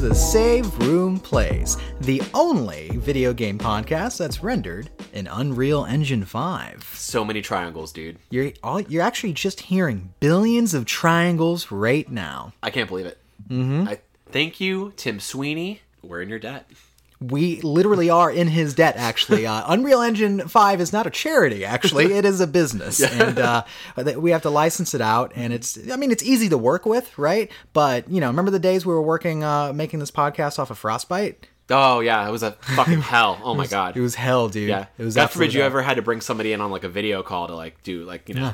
the Save Room Plays, the only video game podcast that's rendered in Unreal Engine 5. So many triangles, dude. You're all, you're actually just hearing billions of triangles right now. I can't believe it. Mm-hmm. I thank you, Tim Sweeney. We're in your debt. We literally are in his debt, actually. Uh, Unreal Engine 5 is not a charity, actually. It is a business. And uh, th- we have to license it out. And it's, I mean, it's easy to work with, right? But, you know, remember the days we were working, uh, making this podcast off of Frostbite? Oh yeah, it was a fucking hell. Oh my god. It was hell, dude. yeah. It was God forbid absolute you hell. ever had to bring somebody in on like a video call to like do like you know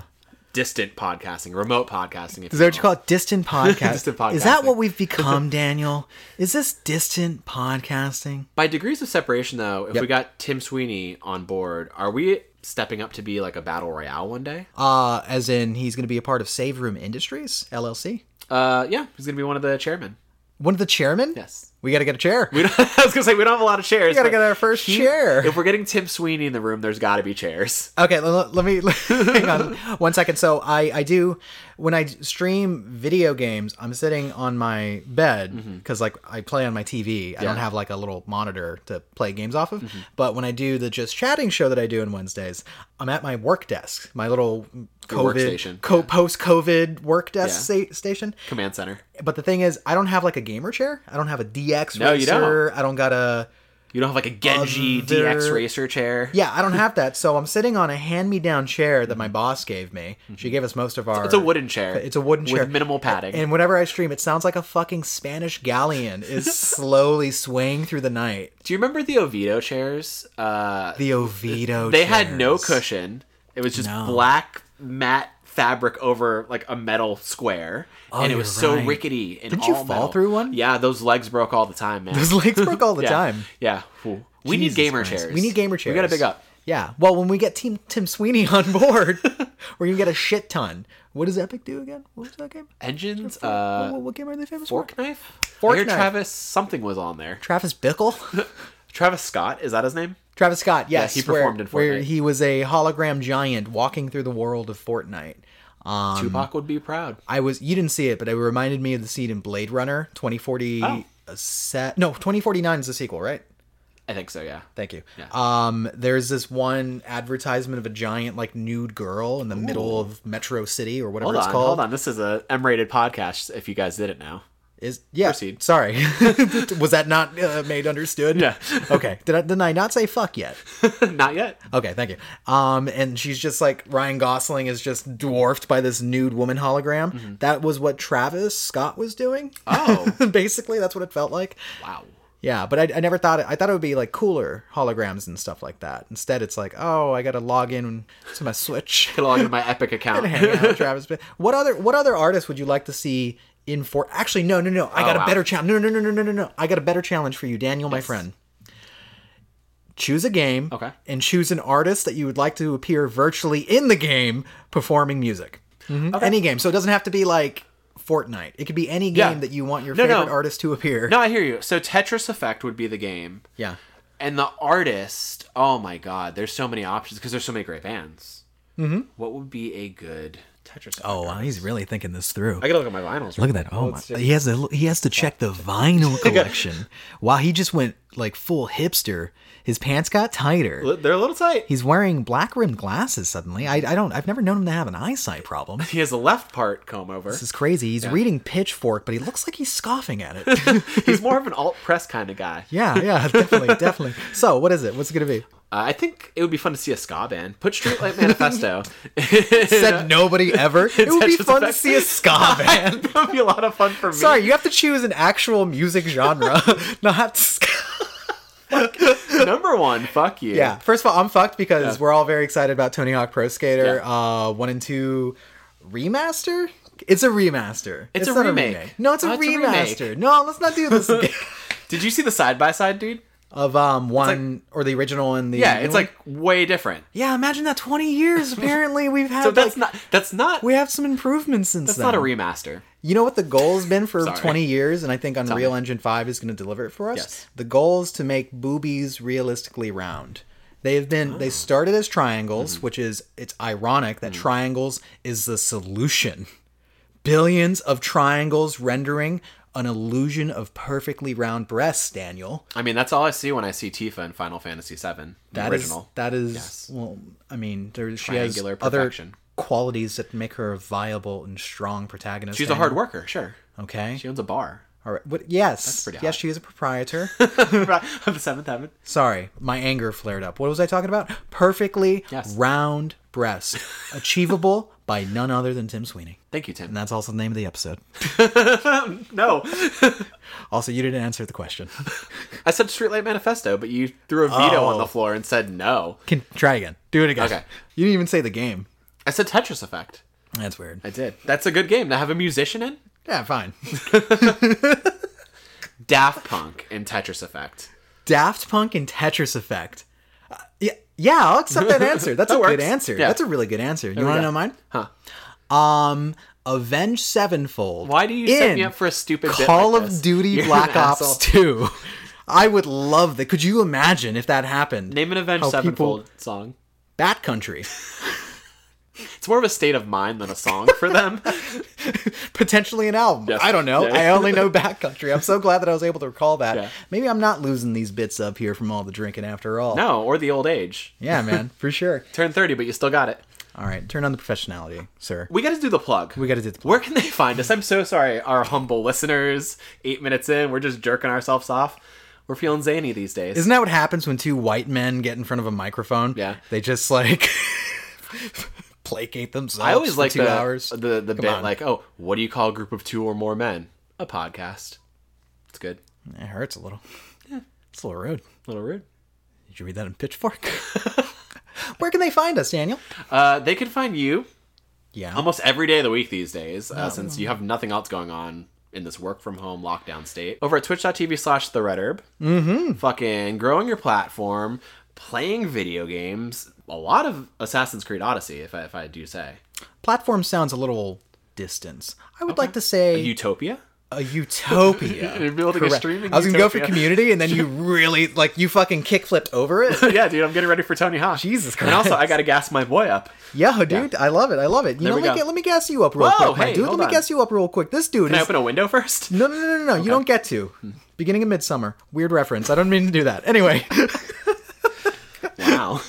distant podcasting, remote podcasting. If Is that what you call it? Distant podcast. Distant Is that podcasting. what we've become, Daniel? Is this distant podcasting? By degrees of separation, though, if we got Tim Sweeney on board, are we stepping up to be like a battle royale one day? Uh, as in, he's going to be a part of Save Room Industries LLC. Uh, yeah, he's gonna be one of the chairmen. One of the chairmen. Yes. we got to get a chair. We don't, I was gonna say we don't have a lot of chairs. we got to but get our first he- chair. If we're getting Tim Sweeney in the room, there's got to be chairs. Okay, l- l- let me hang on one second. So I I do when I stream video games, I'm sitting on my bed Mm-hmm. because like I play on my TV. I don't have like a little monitor to play games off of. Mm-hmm. But when I do the just chatting show that I do on Wednesdays, I'm at my work desk, my little COVID workstation, co- post COVID work desk Yeah. sta- station. Command center. But the thing is, I don't have like a gamer chair. I don't have a DX No, you racer. don't. I don't got a You don't have like a Genji Other- DX racer chair. yeah, I don't have that, so I'm sitting on a hand-me-down chair that my boss gave me. She gave us most of our. It's a wooden chair. It's a wooden chair with minimal padding. And whenever I stream, it sounds like a fucking Spanish galleon is slowly swaying through the night. Do you remember the Oviedo chairs? Uh, The Oviedo. they had no chairs. cushion. It was just No. black matte fabric over like a metal square, and it Oh, you're was so right. rickety. And Didn't you all fall metal. through one? Yeah, those legs broke all the time, man. Those legs broke all the yeah. time. Yeah. Ooh. We Jesus need gamer Christ. chairs. We need gamer chairs. We gotta big up. Yeah. Well, when we get Team Tim Sweeney on board, we're gonna get a shit ton. What does Epic do again? What was that game? Engines. what, Uh, what- what game are they famous fork for? knife. Fork I hear knife. Travis something was on there. Travis Bickle. Travis Scott is that his name? Travis Scott, yes, he where- performed in Where Fortnite. he was a hologram giant walking through the world of Fortnite. Um, Tupac would be proud. I was you didn't see it, but it reminded me of the scene in Blade Runner 2040 Oh. a set. No, 2049 is the sequel, right? I think so. Yeah. Thank you. Um, there's this one advertisement of a giant like nude girl in the middle of Metro City or whatever Hold it's on, called. hold on. This is a M-rated podcast. If you guys did it now, Is yeah. Proceed. Sorry, was that not uh, made understood? Yeah. okay. Did I, did I not say fuck yet? not yet. Okay, thank you. Um, and she's just like Ryan Gosling is just dwarfed by this nude woman hologram. That was what Travis Scott was doing. Oh. basically, that's what it felt like. Wow. Yeah, but I, I never thought it, I thought it would be like cooler holograms and stuff like that. Instead, it's like, oh, I got to log in to my Switch. Get log into my Epic account. Hang out with Travis. Bick- What other what other artist would you like to see in for? Actually, no, no, no. I got a Oh, wow. better challenge. No, no, no, no, no, no, no. I got a better challenge for you, Daniel, my friend. Choose a game, Okay. and choose an artist that you would like to appear virtually in the game performing music. Mhm. Mm-hmm. Any game, so it doesn't have to be like Fortnite. It could be any game Yeah. that you want your No, no. favorite artist to appear. No, I hear you. So Tetris Effect would be the game. Yeah. And the artist, oh my god, there's so many options because there's so many great bands. Mm-hmm. What would be a good Tetris? Effect? Oh, wow, he's really thinking this through. I gotta look at my vinyls. Look at that! Oh my! He has to he has to check the vinyl collection. wow, he just went like full hipster. His pants got tighter. They're a little tight. He's wearing black rimmed glasses suddenly. I, I don't. I've never known him to have an eyesight problem. He has a left part comb over. This is crazy. He's reading Pitchfork, but he looks like he's scoffing at it. He's more of an alt press kind of guy. yeah, yeah, definitely, definitely. So, what is it? What's it gonna be? Uh, I think it would be fun to see a ska band. Put Streetlight Manifesto. Said nobody ever. It would be Tetris fun to Effect. see a ska band. that would be a lot of fun for me. Sorry, you have to choose an actual music genre, not ska. Number one, fuck you. Yeah. First of all, I'm fucked because we're all very excited about Tony Hawk Pro Skater uh, 1 and 2 remaster. It's a remaster. It's a not remake. No, it's a Oh, it's a remake. remaster. no, let's not do this again. Did you see the side by side, dude? of um one or the original and the Yeah, new it's one. like way different. yeah. Imagine that 20 years. Apparently, we've had So that's like, not that's not we have some improvements since that's then. not a remaster. You know what the goal's been for Sorry. 20 years, and I think Unreal Engine 5 is going to deliver it for us. Yes. The goal is to make boobies realistically round. They've been Ah. they started as triangles, Mm-hmm. which is it's ironic Mm. that triangles is the solution. Billions of triangles rendering an illusion of perfectly round breasts, Daniel. I mean, that's all I see when I see Tifa in Final Fantasy VII. The That is original. that is Yes. well, I mean, there she has Triangular other perfection. qualities that make her a viable and strong protagonist. She's a hard worker, sure. Okay. She owns a bar. All right. What, yes. pretty Yes, hot. she is a proprietor. of the seventh heaven. Sorry, my anger flared up. What was I talking about? Perfectly Yes. round breast, achievable by none other than Tim Sweeney. Thank you, And Tim. that's also the name of the episode. No. Also, you didn't answer the question. I said Streetlight Manifesto, but you threw a veto Oh. on the floor and said no. Can try again. Do it again. Okay. You didn't even say the game. I said Tetris Effect. That's weird. I did. That's a good game to have a musician in. Yeah, fine. Daft Punk in Tetris Effect. Daft Punk and Tetris Effect. Uh, yeah, yeah, I'll accept that answer. That's That a works. good answer. Yeah. That's a really good answer. You want to go. know mine? Huh. Um, Avenge Sevenfold. Why do you set me in up for a stupid bit Call like of this? Duty You're an Black Ops asshole. 2. I would love that. Could you imagine if that happened? Name an Avenged How Sevenfold song. Bat Country. It's more of a state of mind than a song for them. Potentially an album. Yes. I don't know. Yeah. I only know Bat Country. I'm so glad that I was able to recall that. Yeah. Maybe I'm not losing these bits up here from all the drinking after all. no, or the old age. Yeah, man, for sure. Turn 30, but you still got it. All right, turn on the professionality, sir. We got to do the plug. We got to do the plug. Where can they find us? I'm so sorry, our humble listeners. Eight minutes in, we're just jerking ourselves off. We're feeling zany these days. Isn't that what happens when two white men get in front of a microphone? Yeah. They just like placate themselves. I always for like two the, hours. the the bit on. like, oh, what do you call a group of two or more men? A podcast. It's good. It hurts a little. It's a little rude. A little rude. Did you read that in Pitchfork? Where can they find us, Daniel? Uh, they can find you Yeah. almost every day of the week these days, uh, since you have nothing else going on in this work from home lockdown state. Over at twitch.tv slash the red herb. Mm-hmm. Fucking growing your platform, playing video games, a lot of Assassin's Creed Odyssey, if I, if I do say. Platform sounds a little distance. I would like to say Utopia? a utopia. You're building a Correct. streaming I was gonna go for utopia. community, and then you really like you fucking kickflipped over it. yeah, dude, I'm getting ready for Tony Hawk. Jesus And also, Christ. I gotta gas my boy up. Yeah, dude, I love it. I love it. You know, we let, me, go. let me gas you up real Whoa, quick, my hey, dude. Let hold me on. gas you up real quick. This dude Can I is open a window first? no, no, no, no, no. You don't get to. Beginning of Midsummer. Weird reference. I don't mean to do that. Anyway, Wow.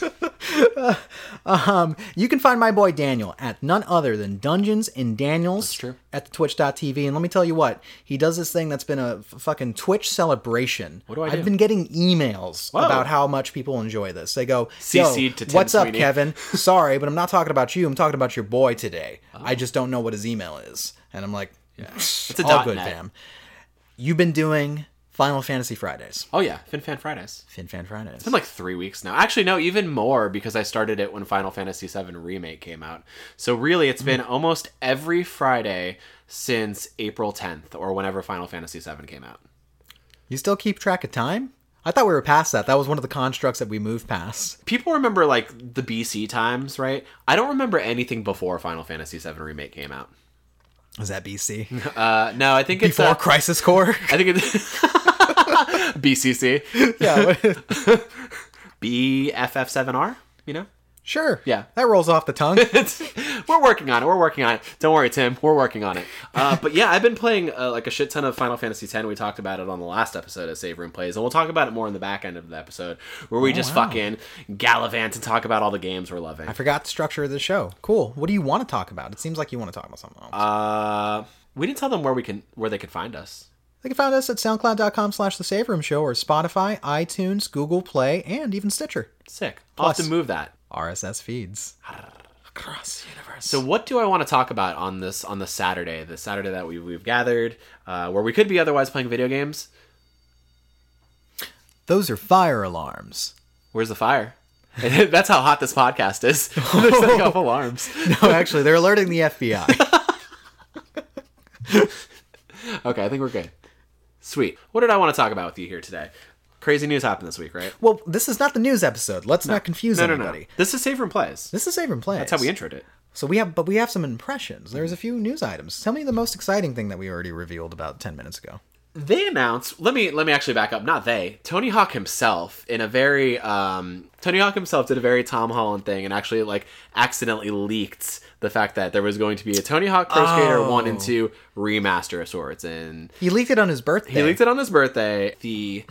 you can find my boy Daniel at none other than Dungeons and Daniels true. at the twitch.tv. And let me tell you what, he does this thing that's been a f- fucking Twitch celebration. What do I I've do? been getting emails Whoa. about how much people enjoy this. They go, Yo, CC'd to Tim what's up, Sweeney." Kevin? Sorry, but I'm not talking about you. I'm talking about your boy today. Oh. I just don't know what his email is. And I'm like, it's a all dot good, net. fam. You've been doing Final Fantasy Fridays. Oh yeah, FinFan Fridays. It's Fin Fan Fridays. been like three weeks now. Actually, no, even more because I started it when Final Fantasy VII Remake came out. So really, it's been almost every Friday since April 10th or whenever Final Fantasy VII came out. You still keep track of time? I thought we were past that. That was one of the constructs that we moved past. People remember like the BC times, right? I don't remember anything before Final Fantasy VII Remake came out. Was that BC? Uh, no, I think it's Before uh, Crisis Core? I think it's BCC yeah. BFF7R. You know, sure. Yeah. That rolls off the tongue. it's, we're working on it. We're working on it. Don't worry, Tim. We're working on it. Uh, but yeah, I've been playing uh, like a shit ton of Final Fantasy X. We talked about it on the last episode of Save Room Plays, and we'll talk about it more in the back end of the episode where we just Oh, wow. fucking gallivant and talk about all the games we're loving. I forgot the structure of the show. Cool. What do you want to talk about? It seems like you want to talk about something else. Uh, we didn't tell them where we can where they could find us. they can find us at soundcloud.com slash the save room show or Spotify, iTunes, Google Play, and even Stitcher. Sick. I'll have Plus- to move that. RSS feeds. Across the universe. So what do I want to talk about on this on the Saturday, the Saturday that we we've gathered, uh, where we could be otherwise playing video games? Those are fire alarms. Where's the fire? That's how hot this podcast is. They're setting off alarms. No, Oh, actually, they're alerting the FBI. Okay, I think we're good. Sweet. What did I want to talk about with you here today? Crazy news happened this week, right? well, this is not the news episode. Let's not confuse No, no, anybody. no. This is Save Room Plays. This is Save and Play. That's That's how we introed it. So we have, but Hmm. we have some impressions. There's a few news items. Tell me the most exciting thing that we already revealed about ten minutes ago. they announced let me let me actually back up not they tony hawk himself in a very um tony hawk himself did a very tom holland thing and actually like accidentally leaked the fact that there was going to be a tony hawk pro skater 1 and Oh. 2 remaster of sorts and He leaked it on his birthday. he leaked it on his birthday the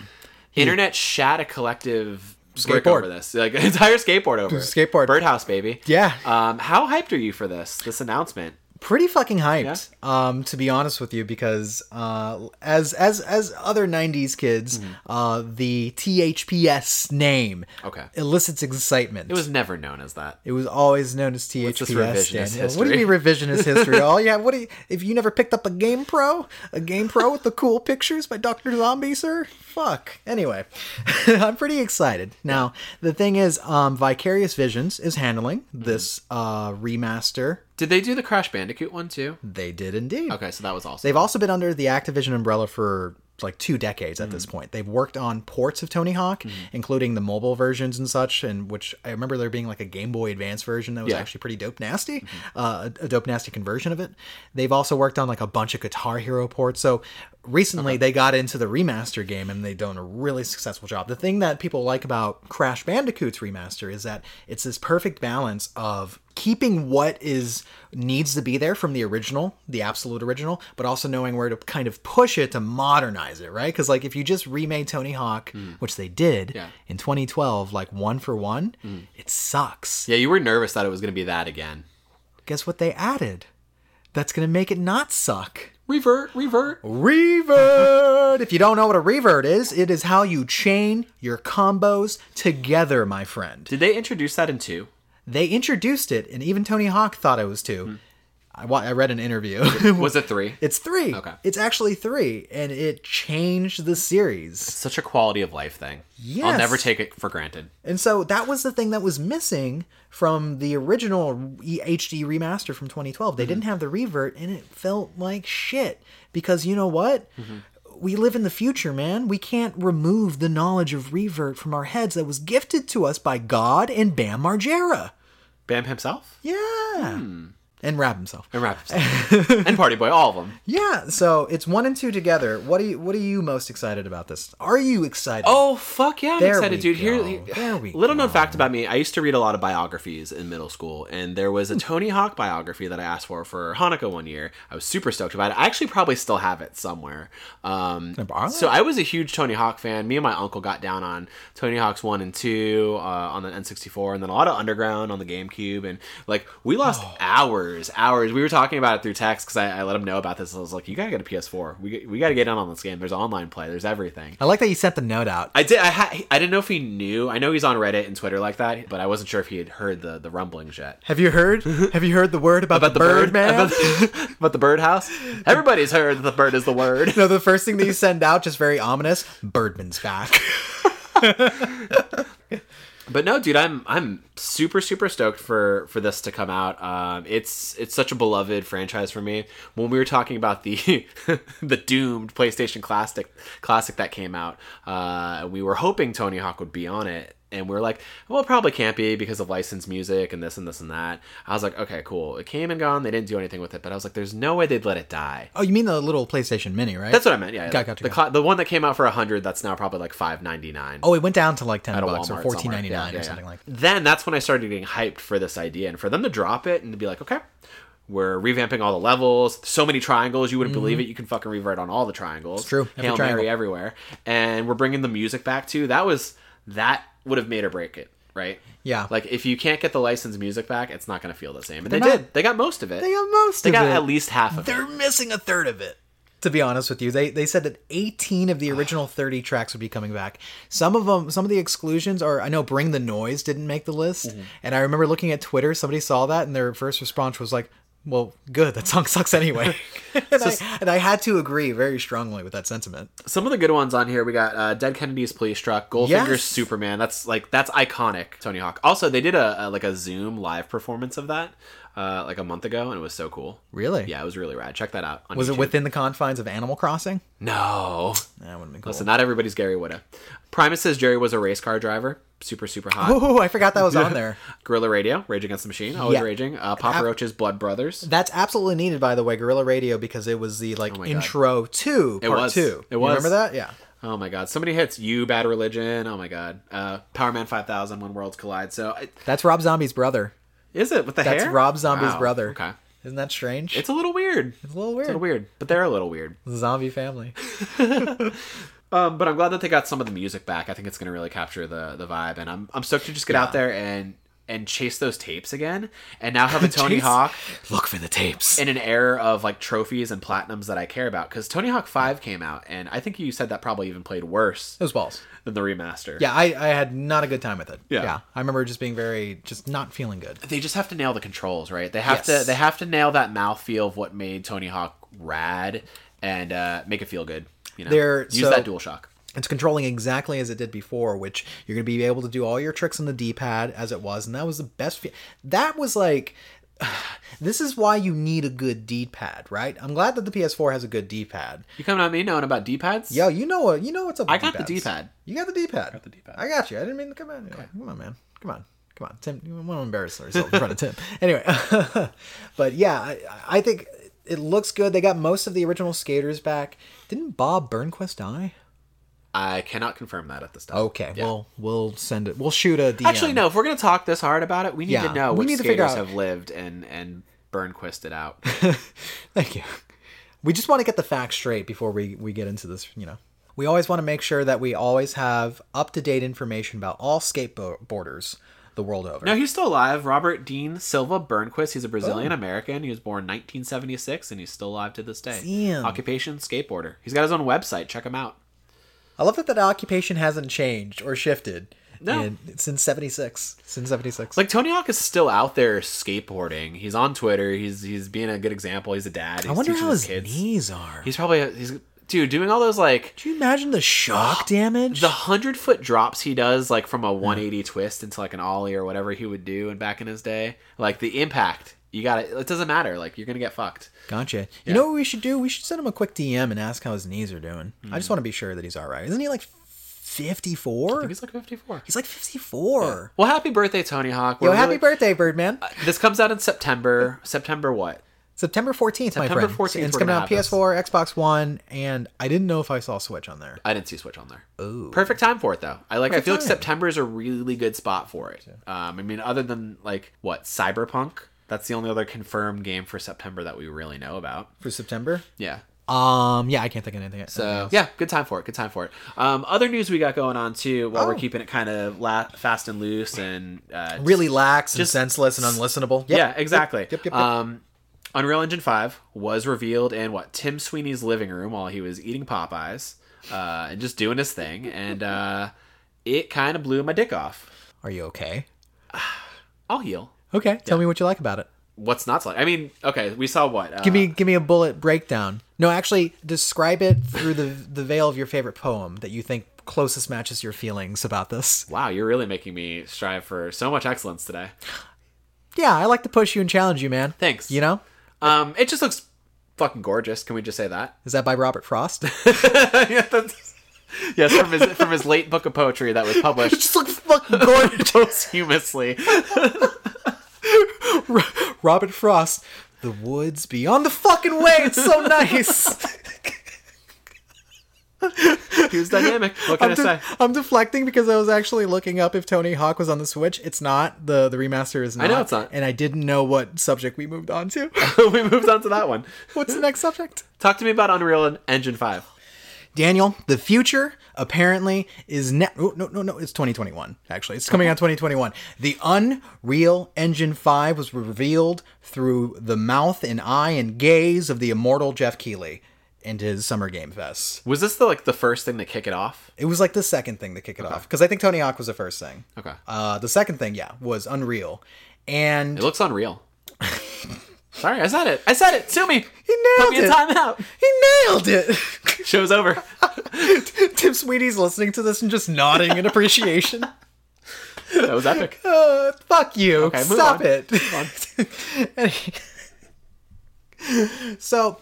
internet shat a collective brick Skateboard. over this like an entire skateboard over it. Skateboard. birdhouse baby Yeah. um how hyped are you for this this announcement pretty fucking hyped um to be honest with you because uh as as as other 90s kids uh the THPS name Hmm. Okay. elicits excitement it was never known as that it was always known as THPS. this revisionist Daniel. What do you mean revisionist history? oh yeah, what do you, if you never picked up a Game Pro, a Game Pro with the cool pictures by Doctor Zombie, sir? Fuck. Anyway, I'm pretty excited. Now the thing is, um, Vicarious Visions is handling this Mm-hmm. uh, remaster. did they do the crash bandicoot one too They did indeed. okay so that was also They've also been under the Activision umbrella for like two decades at this point. They've worked on ports of Tony Hawk, including the mobile versions and such, and which I remember there being like a Game Boy Advance version that was Yeah. actually pretty dope nasty, uh, a dope nasty conversion of it. They've also worked on like a bunch of Guitar Hero ports. So recently they got into the remaster game and they've done a really successful job. The thing that people like about Crash Bandicoot's remaster is that it's this perfect balance of keeping what is needs to be there from the original, the absolute original, but also knowing where to kind of push it to modernize it, right? Because like if you just remade Tony Hawk, which they did Yeah. in 2012, like one for one, it sucks. yeah you were nervous that it was going to be that again Guess what they added? That's gonna make it not suck. revert revert Oh. Revert! if you don't know what a revert is, it is how you chain your combos together, my friend. Did they introduce that in two? They introduced it, and even Tony Hawk thought it was two. I, wa- I read an interview. Was Hmm. it three? It's three. Okay. It's actually three, and it changed the series. Such a quality of life thing. I'll Yes. never take it for granted. And so that was the thing that was missing from the original E- HD remaster from 2012. Mm-hmm. They didn't have the revert, and it felt like shit. Because you know what? Mm-hmm. We live in the future, man. We can't remove the knowledge of revert from our heads that was gifted to us by God and Bam Margera. Bam himself? Yeah. Hmm. And Rab himself. And Rap himself. and Party Boy, all of them. Yeah, so it's one and two together. What are you What are you most excited about this? Are you excited? Oh fuck yeah! I'm There excited, we dude. Here, go. There we little known fact about me: I used to read a lot of biographies in middle school, and there was a Hmm. Tony Hawk biography that I asked for for Hanukkah one year. I was super stoked about it. I actually probably still have it somewhere. Um, borrow so I was a huge Tony Hawk fan. Me and my uncle got down on Tony Hawk's one and two uh, on the N64, and then a lot of Underground on the GameCube, and like we lost Oh. hours, hours. We were talking about it through text because I, I let him know about this. I was like, "You gotta get a PS4. We we gotta get in on this game. There's online play. There's everything." I like that you sent the note out. I did. I ha- I didn't know if he knew. I know he's on Reddit and Twitter like that, but I wasn't sure if he had heard the the rumblings yet. Have you heard? Have you heard the word about, the, bird, man? about the, about the birdhouse. Everybody's heard that the bird is the word. no, the first thing that you send out, just very ominous. Birdman's back. But no, dude, I'm I'm super super stoked for for this to come out. Um, it's it's such a beloved franchise for me. When we were talking about the the doomed PlayStation Classic classic that came out, uh, we were hoping Tony Hawk would be on it. And we were like, well, it probably can't be because of licensed music and this and this and that. I was like, okay, cool. It came and gone. They didn't do anything with it, but I was like, there's no way they'd let it die. Oh, you mean the little PlayStation Mini, right? That's what I meant. Yeah, Got- gotcha, the, cla- the one that came out for hundred. That's now probably like five ninety nine oh, it went down to like ten at a bucks Walmart or somewhere. fourteen ninety nine Yeah, or yeah, something yeah. like. that. Then that's when I started getting hyped for this idea, and for them to drop it and to be like, okay, we're revamping all the levels. So many triangles, you wouldn't believe it. You can fucking revert on all the triangles. Mm-hmm. true. Every Hail triangle. Mary everywhere, and we're bringing the music back too. That was that would have made or break it, right? Yeah. Like if you can't get the licensed music back, it's not going to feel the same. And they They're not- did. They got most of it. They got most They of got it. at least half of it. They're missing a third of it. To be honest with you, they they said that 18 of the original 30 tracks would be coming back. Some of them, some of the exclusions are. I know "Bring the Noise" didn't make the list, and I remember looking at Twitter. Somebody saw that, and their first response was like, "Well, good. That song sucks anyway." and, I, and I had to agree very strongly with that sentiment. Some of the good ones on here we got uh, Dead Kennedys Police Truck, Goldfinger's Yes. Superman. That's like that's iconic Tony Hawk. Also, they did a, a like a Zoom live performance of that uh, like a month ago, and it was so cool. Really? Yeah, it was really rad. Check that out. on Was it YouTube. within the confines of Animal Crossing? No. That would have been cool. So not everybody's Gary Whitta. Primus says Jerry was a race car driver. Super, super hot. Oh, I forgot that was on there. Gorilla Radio, Rage Against the Machine, always Yeah. raging. Uh, Papa Roach's Blood Brothers. That's absolutely needed, by the way, Gorilla Radio, because it was the like my God. intro to part was. two. It You was. remember that? Yeah. Oh my God, so many hits. You, Bad Religion. Oh my God. Uh, Power Man 5000, When Worlds Collide. So I, That's Rob Zombie's brother. is it with the That's hair? Rob Zombie's Wow, brother. Okay. Isn't that strange? It's a little weird. It's a little a weird. little weird, but they're a little weird. Zombie family. Um, but I'm glad that they got some of the music back. I think it's going to really capture the the vibe, and I'm I'm stoked to just get out there and and chase those tapes again, and now have a Tony Chase- Hawk Look for the tapes. in an era of like trophies and platinums that I care about because Tony Hawk Five came out, and I think you said that probably even played worse Those balls. than the remaster. Yeah, I, I had not a good time with it. Yeah. I remember just being very, just not feeling good. they just have to nail the controls, right? They have Yes. to they have to nail that mouthfeel of what made Tony Hawk rad and uh, make it feel good. You know, They're- use so- that dual shock. It's controlling exactly as it did before, which you're going to be able to do all your tricks on the D-pad as it was, and that was the best. Fe- that was like, this is why you need a good D-pad, right? I'm glad that the PS4 has a good D-pad. You coming at me knowing about D pads? Yo, you know what? You know what's up. I with got the D-pads. D-pad. You got the D-pad. I got the D-pad. I got you. I didn't mean to come on. Come on, man. Come on. Come on, Tim. You want to embarrass ourselves in front of Tim? Anyway, but yeah, I, I think it looks good. They got most of the original skaters back. Didn't Bob Burnquist die? I cannot confirm that at this time. Okay, Yeah. well, we'll send it. We'll shoot a DM. Oh, Actually, no. If we're gonna talk this hard about it, we need Yeah, to know we which need to figure skaters out- have lived and and burnquisted out. Thank you. We just want to get the facts straight before we, we get into this, you know. We always want to make sure that we always have up to date information about all skateboarders the world over. no, he's still alive. Robert Dean Silva Burnquist. He's a Brazilian American. He was born 1976 and he's still alive to this day. Damn. Occupation skateboarder. He's got his own website. Check him out. I love that that occupation hasn't changed or shifted. No. in- since 76. Since 76. Like Tony Hawk is still out there skateboarding. He's on Twitter. He's he's being a good example. He's a dad. He's I wonder teaching how his kids. knees are. He's probably he's dude doing all those like Do you imagine the shock damage? the hundred foot drops he does like from a 180 twist into like an ollie or whatever he would do and back in his day like the impact you got to it doesn't matter like you're gonna get fucked Gotcha. You know what we should do? We should send him a quick DM and ask how his knees are doing. I Hmm. just want to be sure that he's all right. Isn't he like 54? he's like 54 He's like 54. well happy birthday tony hawk Yo, We're happy really- birthday, Birdman. this comes out in september september what September 14th, my September friend. 14th, And it's we're coming gonna out have this. PS4, Xbox One, and I didn't know if I saw Switch on there. i didn't see switch on there perfect time for it though i like i Perfect feel like time. september is a really good spot for it um i mean other than like what cyberpunk that's the only other confirmed game for september that we really know about For September? yeah Um, yeah, I can't think of anything. So yeah, good time for it. Good time for it. Um, other news we got going on too, while Oh. we're keeping it kind of la- fast and loose and uh, really lax and Just- senseless and unlistenable. Yep. yeah, exactly. Yep, yep, yep. Um, Unreal Engine Five was revealed in what Tim Sweeney's living room while he was eating Popeyes uh, and just doing his thing, and uh, it kind of blew my dick off. Are you okay? I'll heal. Okay, tell me what you like about it. What's not to like? I mean, okay, we saw what. Uh, Give me give me a bullet breakdown. No, actually, describe it through the the veil of your favorite poem that you think closest matches your feelings about this. Wow, you're really making me strive for so much excellence today. Yeah, I like to push you and challenge you, man. Thanks. You know, Um, it just looks fucking gorgeous. Can we just say that? is that by Robert Frost? it yeah, that's, yes, from his from his late book of poetry that was published just looks fucking gorgeous. posthumously. Robert Frost, the woods beyond the fucking way. It's so nice. He was dynamic. What can I'm, i de- say? I'm deflecting because I was actually looking up if Tony Hawk was on the Switch. It's not. The the remaster is not. know it's not. And I didn't know what subject we moved on to. we moved on to that one. What's the next subject? Talk to me about Unreal Engine Five. Daniel, the future apparently is ne- oh, no no no it's 2021 actually. It's coming out 2021. The Unreal Engine 5 was revealed through the mouth and eye and gaze of the immortal Jeff Keighley and his Summer Game Fest. Was this the like the first thing to kick it off? It was like the second thing to kick it off because I think Tony Hawk was the first thing. Okay, Uh, the second thing, yeah, was Unreal. And it looks unreal. Sorry, I said it. I said it. Sue me. He Put nailed me in it. timeout. he nailed it. Show's over. Tim Sweeney's listening to this and just nodding in appreciation. That was epic. Uh, fuck you. Okay, move Stop on. it. Move Any- so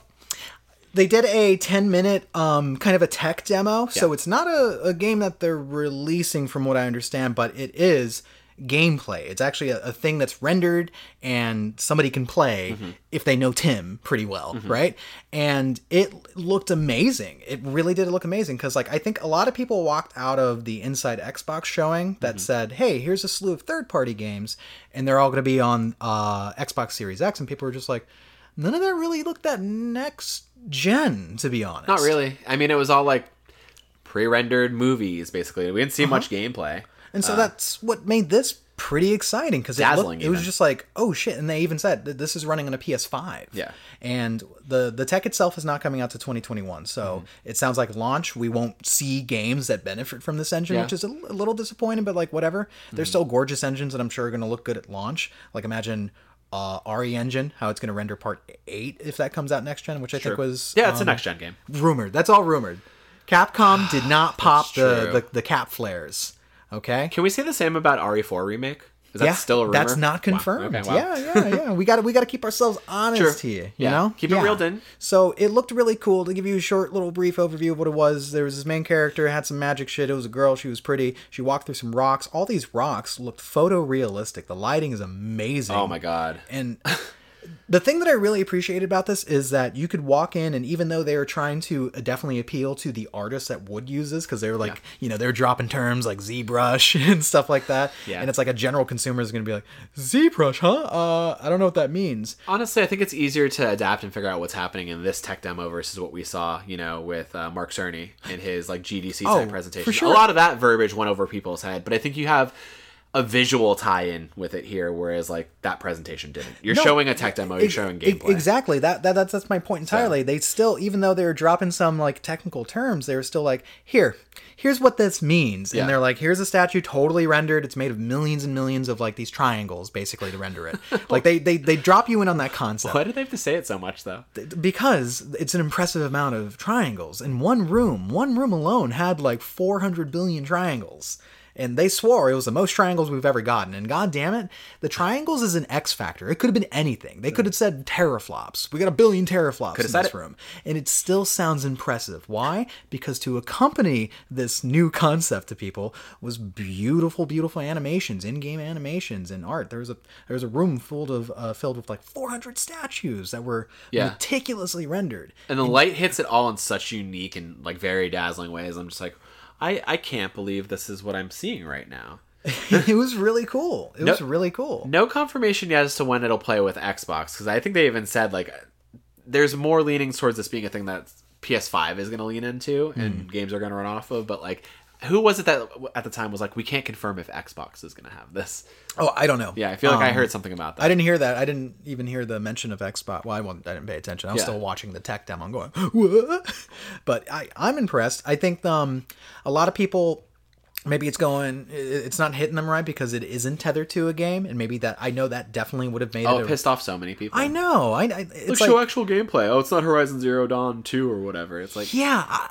they did a 10 minute um, kind of a tech demo. So it's not a, a game that they're releasing, from what I understand, but it is gameplay. It's actually a, a thing that's rendered and somebody can play if they know Tim pretty well, right? And it looked amazing. It really did look amazing because, like, I think a lot of people walked out of the Inside Xbox showing that said, hey, here's a slew of third party games, and they're all going to be on uh, Xbox Series X. And people were just like, none of that really looked that next gen, to be honest. Not really. I mean, it was all like pre-rendered movies, basically. We didn't see much Uh-huh. gameplay. And so that's what made this pretty exciting because it, Uh, Dazzling looked- it was even. just like, oh shit. And they even said that this is running on a PS5. Yeah. And the, the tech itself is not coming out to 2021. Mm-hmm. So it sounds like launch, we won't see games that benefit from this engine, Yeah. Mm-hmm. which is a, a little disappointing, but like whatever. They're still gorgeous engines that I'm sure are going to look good at launch. Like imagine. Uh, RE engine, how it's going to render part eight if that comes out next gen, which I think was Yeah, it's um, a next gen game. rumored. That's all rumored. Capcom did not pop the, true. the the cap flares. Okay. Can we say the same about RE4 remake? Is that yeah, still a rumor? that's not Wow. confirmed. Okay, wow. Yeah, yeah, yeah. We got to we got to keep ourselves honest True. here. You Yeah. know, Keep it Yeah. reeled in. So it looked really cool. To give you a short, little, brief overview of what it was, there was this main character had some magic shit. It was a girl. She was pretty. She walked through some rocks. All these rocks looked photorealistic. The lighting is amazing. Oh my god. And the thing that I really appreciated about this is that you could walk in, and even though they were trying to uh, definitely appeal to the artists that would use this, because they were like, you know, they're dropping terms like ZBrush and stuff like that. Yeah. And it's like a general consumer is going to be like, ZBrush, huh? Uh, I don't know what that means. Honestly, I think it's easier to adapt and figure out what's happening in this tech demo versus what we saw, you know, with uh, Mark Cerny in his like GDC Oh, type for presentation. sure. A lot of that verbiage went over people's head, but I think you have a visual tie-in with it here, whereas like that presentation didn't. You're No, showing a tech demo, you're Ex- showing ex- gameplay. Exactly. That, that that's that's my point entirely. They still, even though they were dropping some like technical terms, they were still like, here, here's what this means, Yeah. and they're like, here's a statue totally rendered. It's made of millions and millions of like these triangles, basically to render it. like they they they drop you in on that concept Why did they have to say it so much though? because it's an impressive amount of triangles in one room one room alone had like 400 billion triangles and they swore it was the most triangles we've ever gotten and god damn it the triangles is an x factor it could have been anything they could have said teraflops we got a billion teraflops in Hmm. said this it. room and it still sounds impressive why because to accompany this new concept to people was beautiful beautiful animations in-game animations and art there was a there was a room full of uh, filled with like 400 statues that were Yeah. meticulously rendered. and the light hits it all in such unique and like very dazzling ways. I'm just like, I I can't believe this is what I'm seeing right now. it was really cool. It was really cool. No confirmation yet as to when it'll play with Xbox because I think they even said like there's more leaning towards this being a thing that PS5 is going to lean into Hmm. and games are going to run off of. But like, who was it that at the time was like, we can't confirm if Xbox is going to have this? Oh, I don't know. Yeah, I feel like I Um, heard something about that. I didn't hear that. I didn't even hear the mention of Xbox. Well, I, wasn't, I didn't pay attention. I was Yeah. still watching the tech demo. I'm going, what? But I, I'm impressed. I think um, a lot of people, maybe it's going, it- it's not hitting them right because it isn't tethered to a game. And maybe that, I know that definitely would have made oh, it. it a- pissed off so many people. I know. I, I Like, it's show like, actual gameplay. Oh, it's not Horizon Zero Dawn two or whatever. It's like, yeah. I-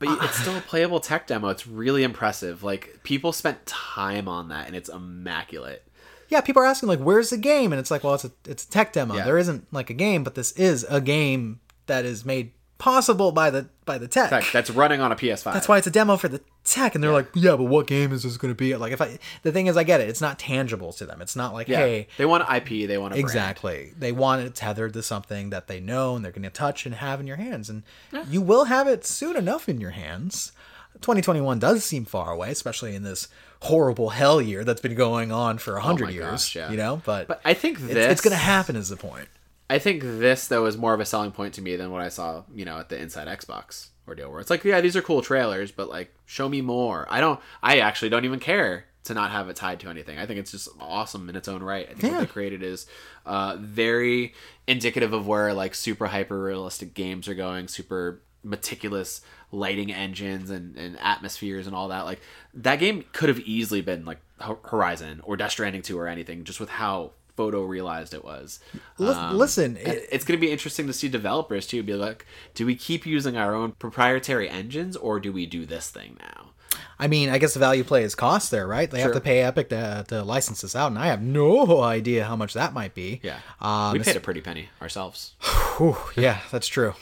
but it's still a playable tech demo. It's really impressive. Like people spent time on that, and it's immaculate. yeah, people are asking like, "Where's the game?" And it's like, well, it's a it's a tech demo. Yeah. There isn't like a game, but this is a game that is made possible by the by the tech. In fact, that's running on a PS5. That's why it's a demo for the tech, and they're like, "Yeah, but what game is this going to be?" Like, if I the thing is, I get it. It's not tangible to them. It's not like, Yeah. hey, they want IP. They want a brand. Exactly. They want it tethered to something that they know and they're going to touch and have in your hands. And you will have it soon enough in your hands. 2021 does seem far away, especially in this horrible hell year that's been going on for 100 my years. gosh, yeah. You know, but, But I think it's, this it's going to happen, is the point. I think this though is more of a selling point to me than what I saw, you know, at the Inside Xbox ordeal, where it's like, yeah, these are cool trailers, but like, show me more. I don't. I actually don't even care to not have it tied to anything. I think it's just awesome in its own right. I think Yeah. what they created is uh, very indicative of where like super hyper realistic games are going. Super meticulous lighting engines and, and atmospheres and all that like that game could have easily been like Ho- horizon or death stranding 2 or anything just with how photo realized it was Li- listen, um, and it- it's going to be interesting to see developers too be like, do we keep using our own proprietary engines or do we do this thing now? I mean, I guess value play is cost there, right? They have Sure. to pay Epic to, to license this out, and I have no idea how much that might be. Yeah. Um, we paid a pretty penny ourselves. Whew, yeah, that's true.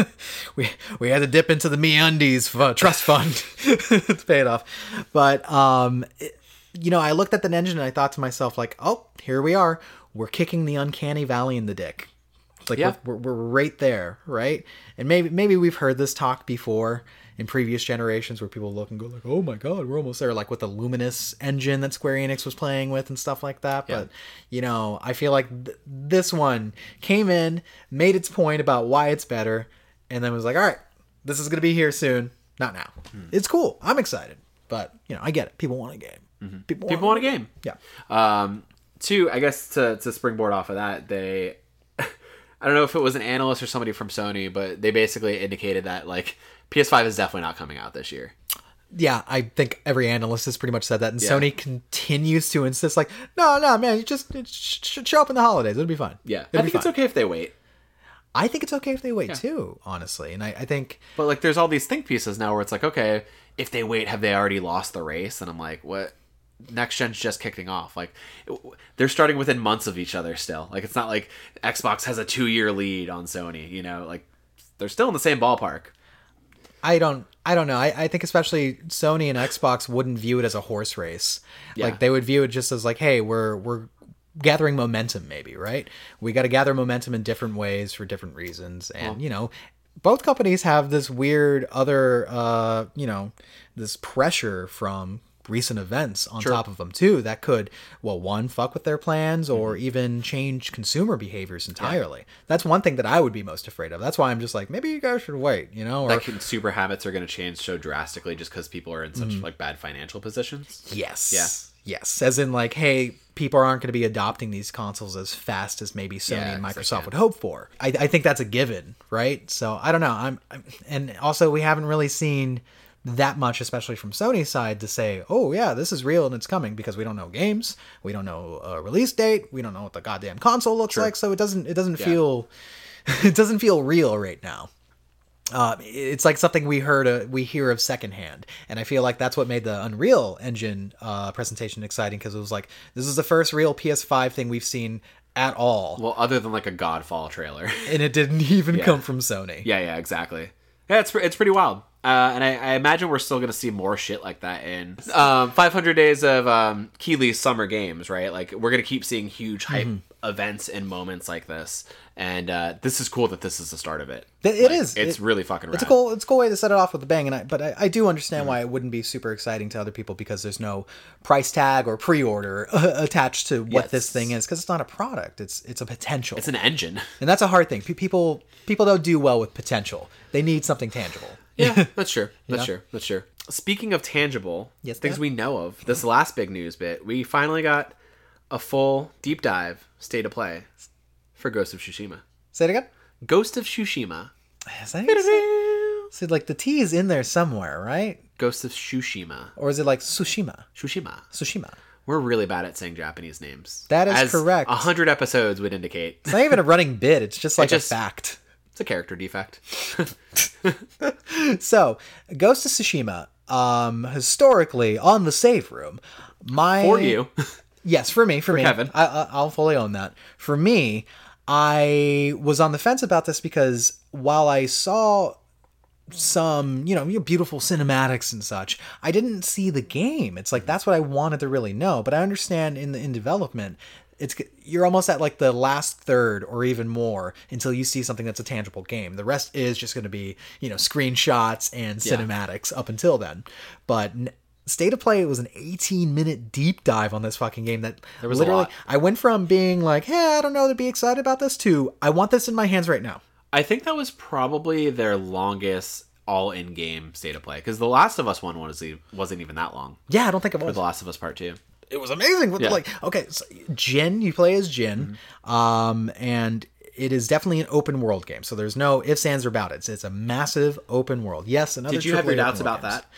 we we had to dip into the me undies trust fund to pay it off, but um, it- you know, I looked at the engine and I thought to myself, like, oh, here we are. We're kicking the uncanny valley in the dick. It's Like Yeah. we're, we're we're right there, right? And maybe maybe we've heard this talk before in previous generations where people look and go like, oh my god, we're almost there, like with the luminous engine that Square Enix was playing with and stuff like that. But you know, I feel like th- this one came in, made its point about why it's better, and then was like, all right, this is gonna be here soon. Not now. Hmm. It's cool. I'm excited, but you know, I get it. People want a game. People, Mm-hmm. People want a game. Yeah. Um, two, I guess to, to springboard off of that, they, I don't know if it was an analyst or somebody from Sony, but they basically indicated that like PS5 is definitely not coming out this year. yeah, I think every analyst has pretty much said that, and Sony continues to insist, like, no, no, man, you just sh- sh- show up in the holidays; it'll be fine. Yeah, it'll I be think fine. it's okay if they wait, I think it's okay if they wait too, honestly. And I, I think, but like there's all these think pieces now where it's like, okay, if they wait, have they already lost the race? And I'm like, what? Next gen's just kicking off. Like it- they're starting within months of each other still. Like it's not like Xbox has a two year lead on Sony. You know, like they're still in the same ballpark. I don't, I don't know. I, I think especially Sony and Xbox wouldn't view it as a horse race. Yeah. Like they would view it just as like, hey, we're we're gathering momentum, maybe, right? We got to gather momentum in different ways for different reasons, and you know. Both companies have this weird other, uh, you know, this pressure from recent events on top of them too that could well one fuck with their plans or even change consumer behaviors entirely that's one thing that i would be most afraid of that's why i'm just like maybe you guys should wait you know or that consumer habits are going to change so drastically just because people are in such like bad financial positions. Yes. Yeah. Yes. As in, like, hey, people aren't going to be adopting these consoles as fast as maybe Sony Yeah, and 'cause they Microsoft can't. would hope for. I, I think that's a given, right? So I don't know. I'm, I'm, and also we haven't really seen that much, especially from Sony's side, to say, oh yeah, this is real and it's coming because we don't know games, we don't know a release date, we don't know what the goddamn console looks like, so it doesn't, it doesn't feel, it doesn't feel real right now um, it's like something we heard uh, we hear of secondhand and i feel like that's what made the unreal engine uh, presentation exciting because it was like this is the first real ps5 thing we've seen at all Well, other than like a Godfall trailer. and it didn't even come from sony yeah, yeah, exactly. Yeah, it's pre- it's pretty wild. Uh, and I, I imagine we're still going to see more shit like that in um, 500 days of um, Keeley's summer games, right? Like we're going to keep seeing huge hype Mm-hmm. events and moments like this. And uh, this is cool that this is the start of it. Th- it It is. is. It's It- really fucking. it's a rad. cool it's a cool way to set it off with a bang and i but i, I do understand Mm. why it wouldn't be super exciting to other people because there's no price tag or pre-order uh, attached to what this Yes. thing is because it's not a product it's it's a potential It's an engine. and that's a hard thing Pe- people people don't do well with potential they need something tangible Yeah, that's true. That's true. That's true. Speaking of tangible Yes, things Dad? we know of, this last big news bit, we finally got a full deep dive state of play for Ghost of Tsushima. say it again Ghost of Tsushima. Is that even So like the T is in there somewhere, right? Ghost of Tsushima. Or is it like Tsushima? Tsushima. Tsushima. We're really bad at saying Japanese names. That is As correct. A hundred episodes would indicate It's not even a running bid. It's just like just- a fact. it's a character defect. So Ghost of Tsushima. Um, historically on the save room, my For you. Yes, for me, for, me. Kevin. I, I, I'll fully own that. For me, I was on the fence about this because while I saw some, you know, you know, beautiful cinematics and such, I didn't see the game. It's like that's what I wanted to really know. But I understand in the in development, it's you're almost at like the last third or even more until you see something that's a tangible game. The rest is just going to be you know screenshots and cinematics up until then. But n- state of play was an 18 minute deep dive on this fucking game that was a literally lot. I went from being like, hey, I don't know to be excited about this to I want this in my hands right now. I think that was probably their longest all in game state of play. Because the Last of Us one was e- wasn't even that long. Yeah, I don't think it was. The Last of Us Part Two. it was amazing. With Yeah. Mm-hmm. Like, okay, so Jin, you play as Jin, um, and it is definitely an open world game. So there's no ifs, ands, or about it. It's, it's a massive open world. Yes, another. Did you have AAA your doubts open world about games. that?